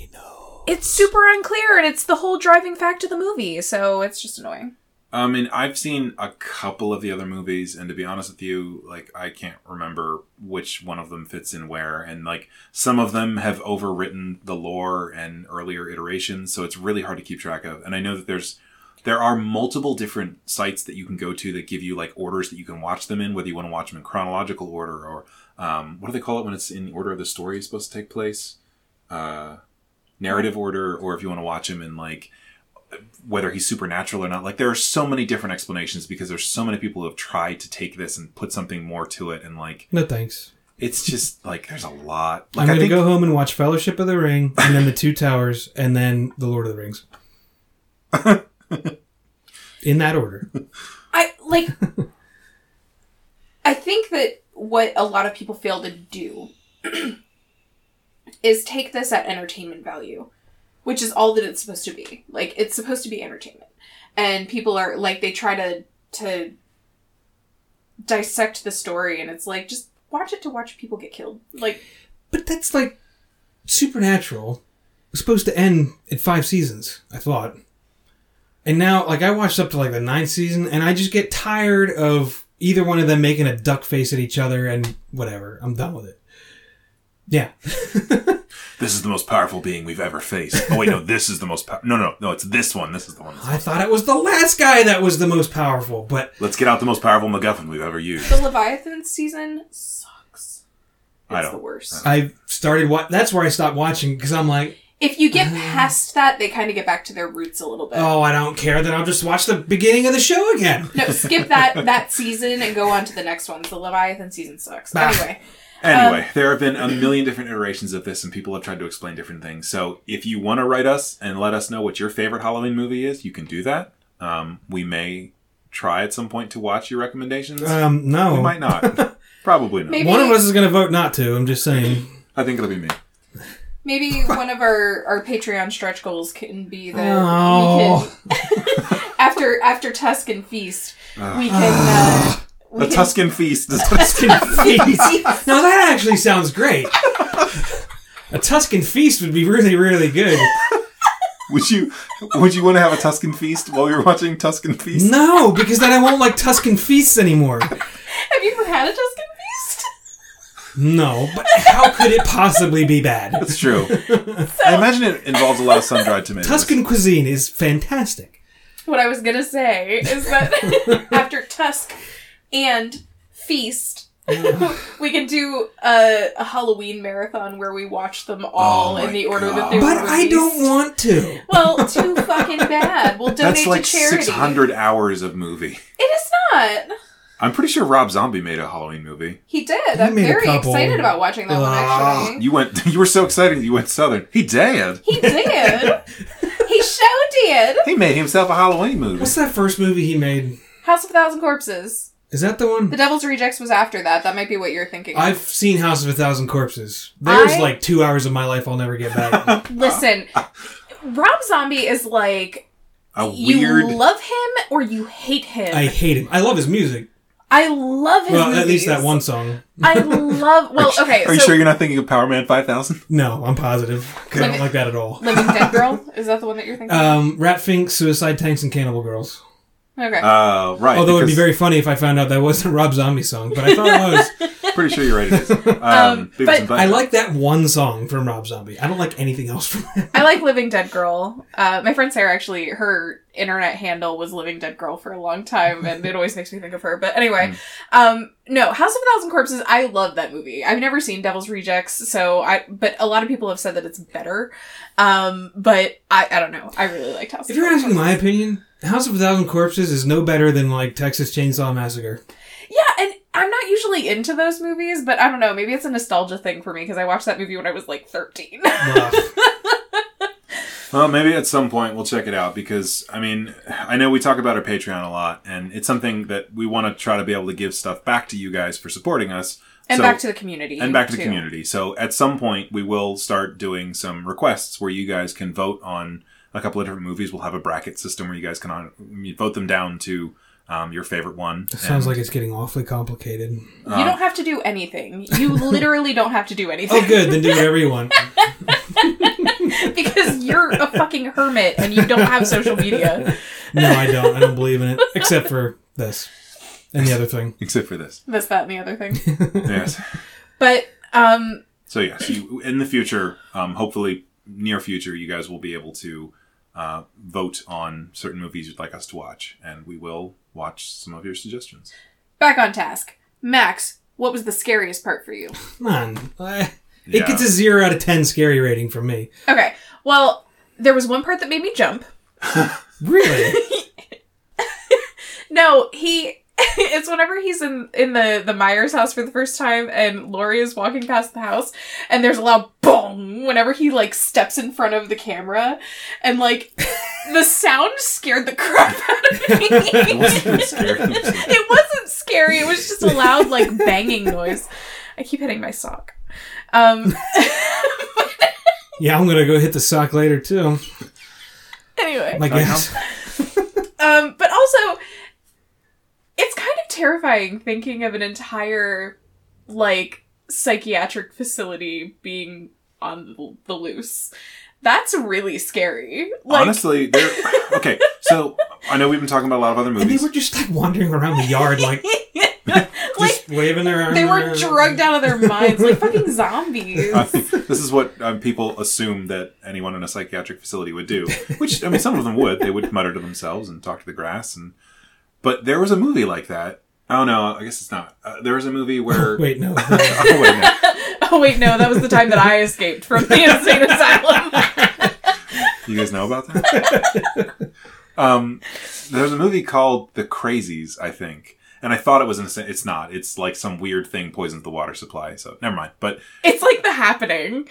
it's super unclear and it's the whole driving fact of the movie so it's just annoying
I mean, I've seen a couple of the other movies, and to be honest with you, like I can't remember which one of them fits in where, and like some of them have overwritten the lore and earlier iterations, so it's really hard to keep track of. And I know that there's there are multiple different sites that you can go to that give you like orders that you can watch them in, whether you want to watch them in chronological order or um, what do they call it when it's in the order of the story is supposed to take place, uh, narrative order, or if you want to watch them in like whether he's supernatural or not. Like there are so many different explanations because there's so many people who have tried to take this and put something more to it, and like
No thanks.
it's just like there's a lot.
I'm
Like
going
I
to
think
go home and watch Fellowship of the Ring, and then The Two Towers, and then The Lord of the Rings. In that order.
I like. I think that what a lot of people fail to do is take this at entertainment value, which is all that it's supposed to be. Like it's supposed to be entertainment, and people are like they try to to dissect the story, and it's like just watch it to watch people get killed. Like
But that's like Supernatural was supposed to end at five seasons, I thought. And now, like, I watched up to like the ninth season, and I just get tired of either one of them making a duck face at each other, and whatever. I'm done with it. Yeah.
this is the most powerful being we've ever faced. Oh wait, no, this is the most. pow- no, no, no, it's this one. This is the one.
I thought it was the last guy that was the most powerful, but
Let's get out the most powerful MacGuffin we've ever used.
the Leviathan season sucks.
I
It's the
don't-
worst.
I started what? That's where I stopped watching because I'm like,
If you get past that, they kind of get back to their roots a little bit.
oh, I don't care. Then I'll just watch the beginning of the show again.
No, skip that that season and go on to the next ones. The Leviathan season sucks.
Bah.
Anyway, Um,
Anyway, there have been a million different iterations of this, and people have tried to explain different things. So if you want to write us and let us know what your favorite Halloween movie is, you can do that. Um, we may try at some point to watch your recommendations.
Um, no,
we might not. Probably not.
Maybe-
One of us is going to vote not to. I'm just saying.
I think it'll be me.
Maybe one of our, our Patreon stretch goals can be that
Oh.
we can, after after Tusk and Feast,
Ah.
we can. Uh, we
A
can- uh,
Tuscan feast. is-
feast. Now that actually sounds great. A Tuscan feast would be really, really good.
would you Would you want to have a Tuscan feast while you're watching Tuscan feast?
No, because then I won't like Tuscan feasts anymore.
Have you ever had a Tuscan Feast?
No, but how could it possibly be bad?
That's true. I imagine it involves a lot of sun dried tomatoes.
Tuscan cuisine is fantastic.
What I was gonna say is that after Tusk and Feast, we can do a, a Halloween marathon where we watch them all
Oh
in
my
the order that
God.
they were
But I don't
released.
want to.
Well, too fucking bad. We'll donate
That's like
to charity.
600 hours of movie.
It is not.
I'm pretty sure Rob Zombie made a Halloween movie.
He did. I'm
made a
very
couple. Ah.
excited about watching that one. Actually,
You went. You were so excited. You went southern. He did.
he did. he so did.
He made himself a Halloween movie.
What's that first movie he made?
House of a Thousand Corpses.
Is that the one?
The Devil's Rejects was after that. That might be what you're thinking. of.
I've seen House of a Thousand Corpses. There's
I-
like two hours of my life I'll never get back.
Listen, Rob Zombie is like
A
you
weird.
love him or you hate him.
I
I,
hate him. I love his music.
love his
Well,
movies.
at least that one song.
I love. Well, okay.
Are you
so
sure you're not thinking of Power Man 5000?
No, I'm positive. 'cause I don't like that at all.
Living Dead Girl is that the one that you're thinking?
Um, Ratfink, Suicide Tanks, and Cannibal Girls.
of? Okay.
Uh, right.
Although it'd be
because-
very funny if I found out that wasn't a Rob Zombie song, but I thought it was.
Pretty sure you're right. It is. Um, Beavis
but-
and
I
Butthead.
like that one song from Rob Zombie. I don't like anything else from him.
I like Living Dead Girl. Uh, my friend Sarah actually, her internet handle was Living Dead Girl for a long time, and it always makes me think of her. But anyway,
Hmm.
um, no, House of a Thousand Corpses. I love that movie. I've never seen Devil's Rejects, so I. But a lot of people have said that it's better. Um, but I, I don't know. I really liked House.
If
of a
you're
Thousand
asking my opinion, House of a Thousand Corpses is no better than like Texas Chainsaw Massacre.
Yeah, and I'm not usually into those movies, but I don't know. Maybe it's a nostalgia thing for me because I watched that movie when I was like 13.
Ugh.
Well, maybe at some point we'll check it out because I mean, I know we talk about our Patreon a lot, and it's something that we want to try to be able to give stuff back to you guys for supporting us.
and
So-
back to the community.
and back to the
too.
community. So at some point we will start doing some requests where you guys can vote on a couple of different movies. We'll have a bracket system where you guys can on, you vote them down to um, your favorite one.
Sounds like it's getting awfully complicated.
You
Uh.
don't have to do anything. You literally don't have to do anything.
Oh, good. Then do whatever you want.
because you're a fucking hermit and you don't have social media.
No, I don't. I don't believe in it, except for this and the other thing.
except for this.
This, that, and the other thing.
yes.
But um,
So yes, you, in the future, um, hopefully near future, you guys will be able to uh, vote on certain movies you'd like us to watch, and we will watch some of your suggestions.
back on task. Max, what was the scariest part for you?
Come on. I- It
Yeah.
gets a zero out of ten scary rating from me.
Okay, well, there was one part that made me jump.
Really?
No, he. It's whenever he's in in the the Myers house for the first time, and Lori is walking past the house, and there's a loud bong whenever he like steps in front of the camera, and like the sound scared the crap out of me.
It wasn't even scary.
it wasn't scary. It was just a loud like banging noise. I keep hitting my sock. Um.
yeah, I'm gonna go hit the sock later too.
anyway.
I guess.
Um, but also, it's kind of terrifying thinking of an entire, like, psychiatric facility being on the- the loose. That's really scary. Like,
Honestly, there. Okay, so I know we've been talking about a lot of other
And they
movies.
were just like wandering around the yard, like just waving their arms.
they were
around.
drugged out of their minds, like fucking zombies.
I think this is what um, people assume that anyone in a psychiatric facility would do. Which I mean, some of them would. They would mutter to themselves and talk to the grass. And but there was a movie like that. Oh no, I guess it's not. Uh, there was a movie where.
Wait, no.
oh, wait, no.
Oh, wait, no, that was the time that I escaped from the insane asylum.
You guys know about that? um, there's a movie called The Crazies, I think. And I thought it was insane. It's not. It's like some weird thing poisons the water supply. So never mind. But
It's like the happening,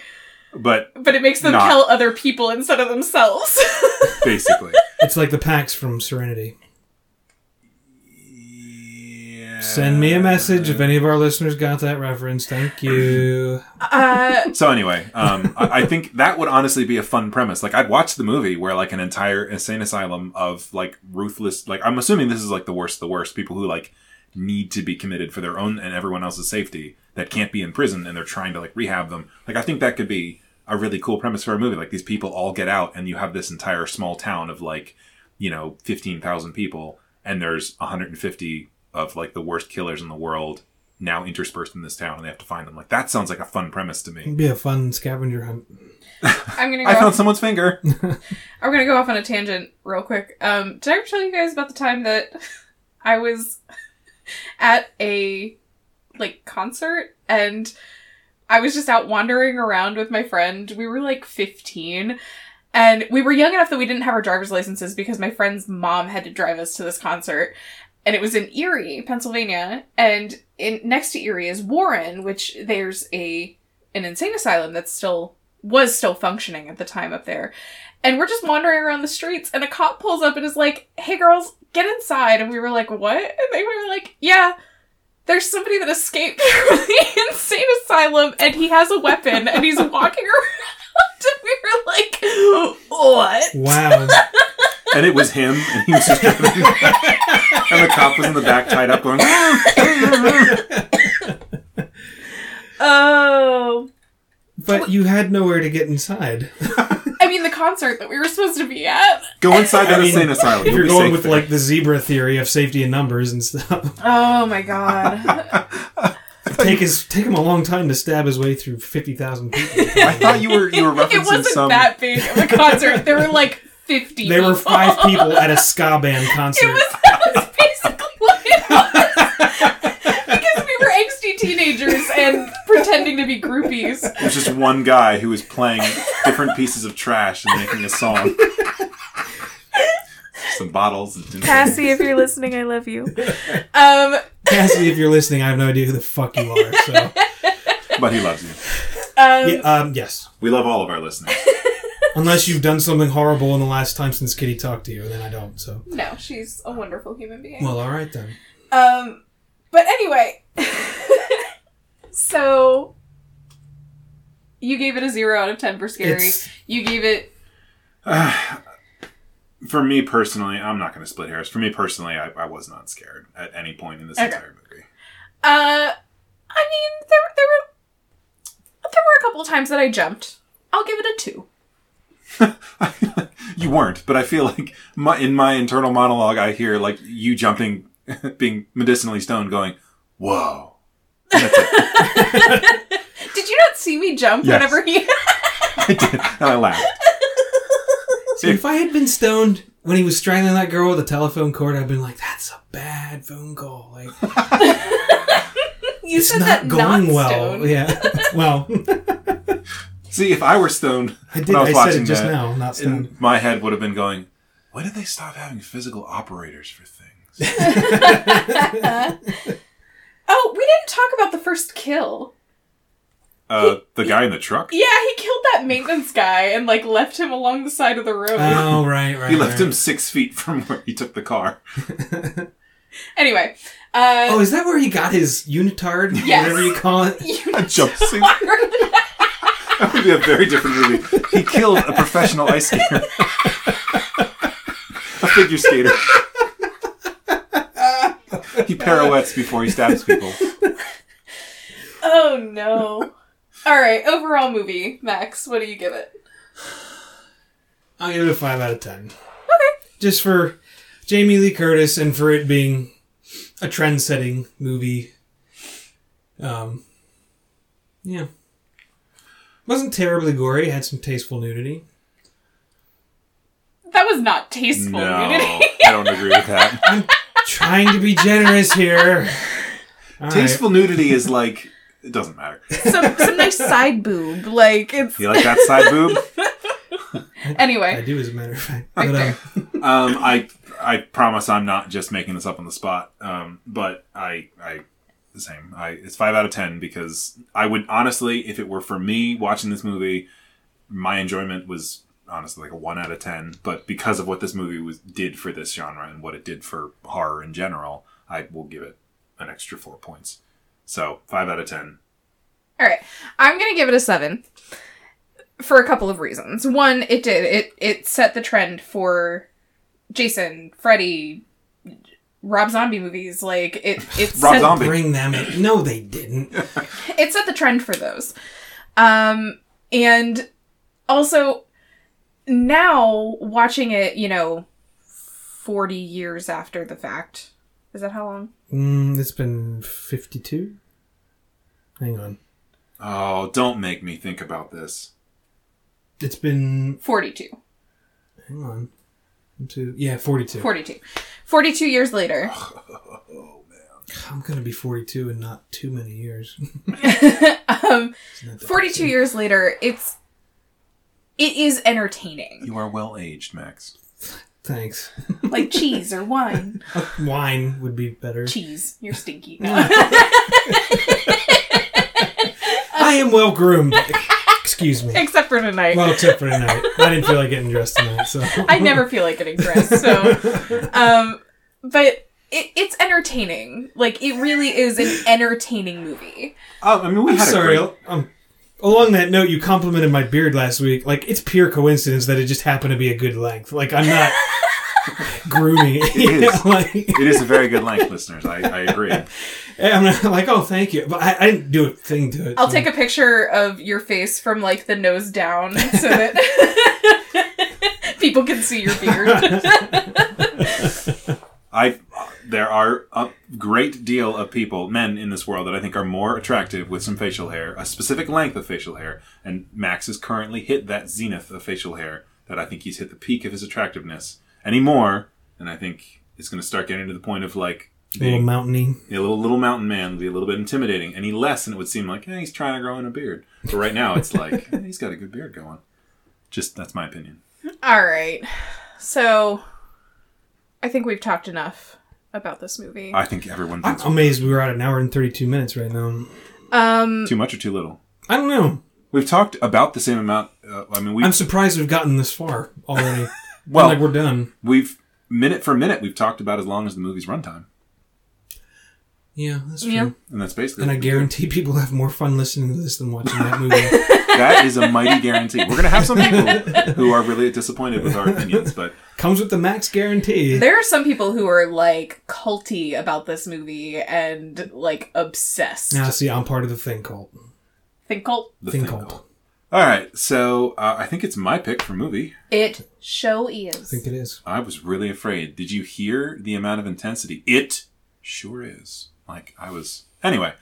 but
but it makes them
Not-
kill other people instead of themselves.
basically,
It's like the packs from Serenity.
yeah,
Send me a message if any of our listeners got that reference. Thank you.
Uh,
So anyway, um, I, I think that would honestly be a fun premise. Like I'd watch the movie where like an entire insane asylum of like ruthless, like I'm assuming this is like the worst, of the worst people who like need to be committed for their own and everyone else's safety that can't be in prison and they're trying to like rehab them. Like I think that could be a really cool premise for a movie. Like these people all get out and you have this entire small town of like you know 15,000 people and there's 150 of like the worst killers in the world now interspersed in this town and they have to find them. Like that sounds like a fun premise to me.
It'd be a fun scavenger hunt.
I'm gonna go.
I
off-
found someone's finger.
I'm gonna go off on a tangent real quick. Um, did I ever tell you guys about the time that I was at a like concert and I was just out wandering around with my friend. We were like 15 and we were young enough that we didn't have our driver's licenses because my friend's mom had to drive us to this concert. And it was in Erie, Pennsylvania, and in next to Erie is Warren, which there's a an insane asylum that still was still functioning at the time up there. And we're just wandering around the streets, and a cop pulls up and is like, "Hey, girls, get inside." And we were like, "What?" And they were like, "Yeah, there's somebody that escaped from the insane asylum, and he has a weapon, and he's walking around." And we were like, "What?"
Wow.
and it was him, and he was just driving back. and the cop was in the back tied up going,
Oh.
but you had nowhere to get inside.
I mean, the concert that we were supposed to be at.
"Go inside that
I mean,
insane asylum."
If
You'll
you're
be
going
safe
with
there."
like the zebra theory of safety in numbers and stuff,
Oh my god.
take his take him a long time to stab his way through fifty thousand people.
I thought you were you were
it
referencing
wasn't
some.
that big of a concert. There were like 50
There were
people.
five people at a ska band concert.
It was, that was basically what it was. because we were angsty teenagers and pretending to be groupies.
It was just one guy who was playing different pieces of trash and making a song. some bottles. And
Cassie, if you're listening, I love you.
Um,
Cassidy, if you're listening, I have no idea who the fuck you are. So,
But he loves you.
um,
yeah, um, yes,
We love all of our listeners.
unless you've done something horrible in the last time since Kitty talked to you, and then I don't. So,
No, she's a wonderful human being.
well, all right then.
Um, but anyway, so you gave it a zero out of ten for scary.
It's-
You gave it
For me personally, I'm not going to split hairs. For me personally, I, I was not scared at any point in this
Okay.
entire movie.
uh, I mean there there were there were a couple times that I jumped. I'll give it a two.
you weren't, but I feel like my, in my internal monologue, I hear like you jumping, being medicinally stoned, going, "Whoa!" And That's it.
Did you not see me jump
Yes.
whenever he?
I did, and I laughed.
See, if I had been stoned when he was strangling that girl with a telephone cord, I'd been like, "That's a bad phone call." Like,
you
it's not going well.
stone.
Yeah. well,
See, if I were stoned,
I did.
when I was
I, said
watching
it just
that,
now, not stoned.
in my head would have been going, "Why did they stop having physical operators for things?"
Oh, we didn't talk about the first kill.
uh, the guy in the truck.
Yeah, he killed that maintenance guy and like left him along the side of the road.
Oh right, right.
He left
right.
him six feet from where he took the car.
anyway, uh,
Oh, is that where he got his unitard?
Yes.
Whatever you call it.
you
A jumpsuit.
are-
That would be a very different movie. He killed a professional ice skater. a figure skater. He pirouettes before he stabs people.
Oh no. All right, overall movie, Max, what do you give it?
I'll give it a five out of ten. Okay. Just for Jamie Lee Curtis and for it being a trend-setting movie. Um. Yeah. Wasn't terribly gory. Had some tasteful nudity.
That was not tasteful.
No,
nudity.
I don't agree with that.
I'm trying to be generous here. All right.
Tasteful nudity is like it doesn't matter.
some some nice side boob, like it's
You like that side boob?
I
anyway.
do, as a matter of fact. But, um,
Um, I I promise I'm not just making this up on the spot. Um, but I I the same. I it's five out of ten because I would honestly, if it were for me watching this movie, my enjoyment was honestly like a one out of ten. But because of what this movie was did for this genre and what it did for horror in general, I will give it an extra four points. So five out of ten.
All right, I'm gonna give it a seven for a couple of reasons. One, it did it it set the trend for Jason, Freddy, Rob Zombie movies. Like it it
Rob
set,
Zombie.
Bring them in. No, they didn't.
it set the trend for those. Um, and also now watching it, you know, forty years after the fact. Is that how long?
Mm, it's been 52. Hang on.
Oh, don't make me think about this.
It's been.
Forty-two.
Hang on. One, two- yeah, 42.
42. 42 years later.
I'm going to be 42 in not too many years.
um,
Isn't that depressing?
42 years later, it's it is entertaining.
You are well aged, Max.
Thanks.
like cheese or wine.
Wine would be better.
Uh,
cheese. You're stinky.
I am well groomed. Excuse me.
Except for tonight.
Well, except for tonight. I didn't feel like getting dressed tonight, so.
I never feel like getting dressed, so um but it, it's entertaining. Like it really is an entertaining movie.
Oh, I mean, we
I'm
had
sorry.
a great,
um, along that note, you complimented my beard last week. Like it's pure coincidence that it just happened to be a good length. Like I'm not grooming it. you know,
is.
like
It is a very good length, listeners. I, I agree.
I'm not like, oh, thank you, but I, I didn't do a thing to it.
I'll take a picture of your face from like the nose down so that people can see your beard.
I there are a great deal of people, men in this world that I think are more attractive with some facial hair, a specific length of facial hair, and Max has currently hit that zenith of facial hair that I think he's hit the peak of his attractiveness anymore, and I think it's going to start getting to the point of like
a little
being
mountainy.
a little, little mountain man, be a little bit intimidating, any less, and it would seem like eh, he's trying to grow in a beard. But right now, it's like eh, he's got a good beard going. Just that's my opinion.
All right. So I think we've talked enough about this movie.
I think everyone
I'm
thinks
amazed we were at an hour and 32 minutes right now.
Um
too much or too little.
I don't know.
We've talked about the same amount. Uh, I mean, we
I'm surprised we've gotten this far already.
Well-
well, like we're done.
we've minute for minute we've talked about as long as the movie's runtime
Yeah, that's true.
Yeah.
and that's basically
And I
what we do.
guarantee people have more fun listening to this than watching that movie.
that is a mighty guarantee we're gonna have some people who are really disappointed with our opinions but
Comes with the max guarantee.
There are some people who are like culty about this movie and like obsessed.
Now, see, I'm part of the thing cult.
Think cult.
the
Thing
thing
cult.
all right so uh, i think it's my pick for movie
It show
I
is.
think it is.
i was really afraid did you hear the amount of intensity it sure is like i was anyway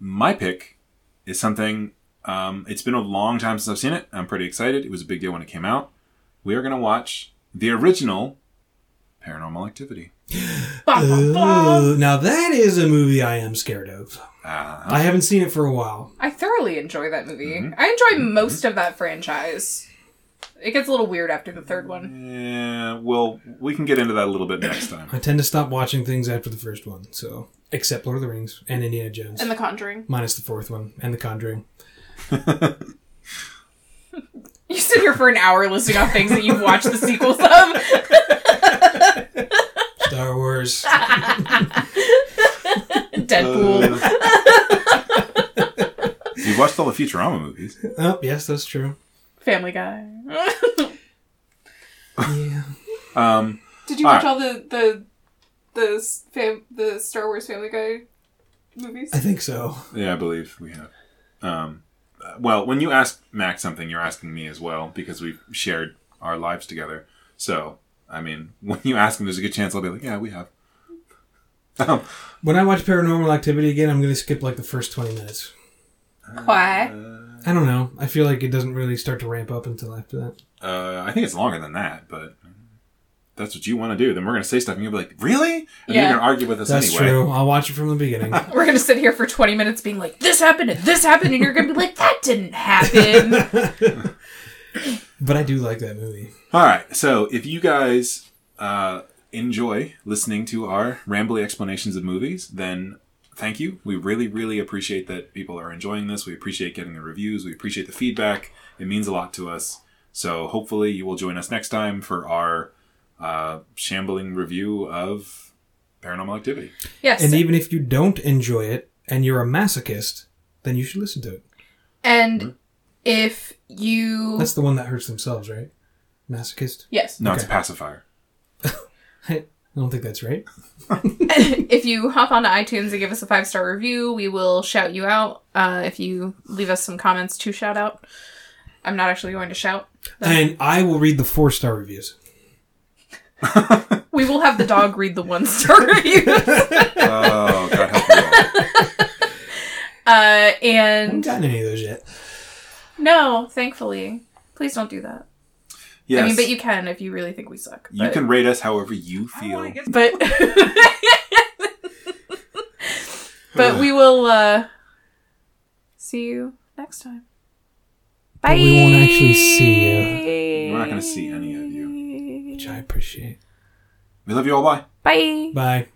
my pick is something um, it's been a long time since i've seen it i'm pretty excited it was a big deal when it came out we are gonna watch the original paranormal activity
Bum, bum, bum.
Ooh, now that is a movie I am scared of.
Uh,
I haven't seen it for a while.
I thoroughly enjoy that movie.
Mm-hmm.
I enjoy most of that franchise. It gets a little weird after the third one.
Mm-hmm. yeah, well, we can get into that a little bit next time.
I tend to stop watching things after the first one, so except Lord of the Rings and Indiana Jones,
and The Conjuring.
minus the fourth one and The Conjuring.
You sit here for an hour listing off things that you've watched the sequels of.
Star Wars.
Deadpool.
You've watched all the Futurama movies.
oh, yes, that's true.
Uh.
Family Guy.
Yeah.
Um,
Did you
All
watch
right.
all the the the s- fam- the Star Wars Family Guy movies?
I think so.
yeah, I believe we have. Um, uh, well, when you ask Max something, you're asking me as well because we've shared our lives together. So, I mean, when you ask him, there's a good chance I'll be like, yeah, we have. Um,
When I watch Paranormal Activity again, I'm going to skip like the first 20 minutes.
Why?
I don't know. I feel like it doesn't really start to ramp up until after that.
uh, I think it's longer than that, but if that's what you want to do. Then we're going to say stuff and you'll be like, really? And
Yeah.
you're going to argue with us
That's
anyway.
true. I'll watch it from the beginning.
We're gonna sit here for 20 minutes being like, this happened and this happened, and you're gonna be like, that didn't happen.
but I do like that movie.
All right. So if you guys uh, enjoy listening to our rambly explanations of movies, then thank you. We really, really appreciate that people are enjoying this. We appreciate getting the reviews. We appreciate the feedback. It means a lot to us. So hopefully you will join us next time for our uh, shambling review of Paranormal Activity.
Yes.
And
And,
even if you don't enjoy it and you're a masochist, then you should listen to it.
Mm-hmm.
if you
That's the one that hurts themselves, right? Masochist?
Yes.
No, it's a
Okay.
pacifier.
I don't think that's right.
if you hop onto iTunes and give us a five star review, we will shout you out. Uh, if you leave us some comments to shout out, I'm not actually going to shout.
And I will read the four star reviews.
We will have the dog read the one star review.
Oh, God help you all.
Uh,
I haven't
and
gotten any of those yet.
no, thankfully, please don't do that.
Yes.
I mean, but you can if you really think we suck.
You
but-
can rate us however you feel.
but but we will uh, see you next time. Bye.
But we won't actually see
you.
We're not going to see any of you.
Which I appreciate.
We love you all. Bye.
Bye.
Bye.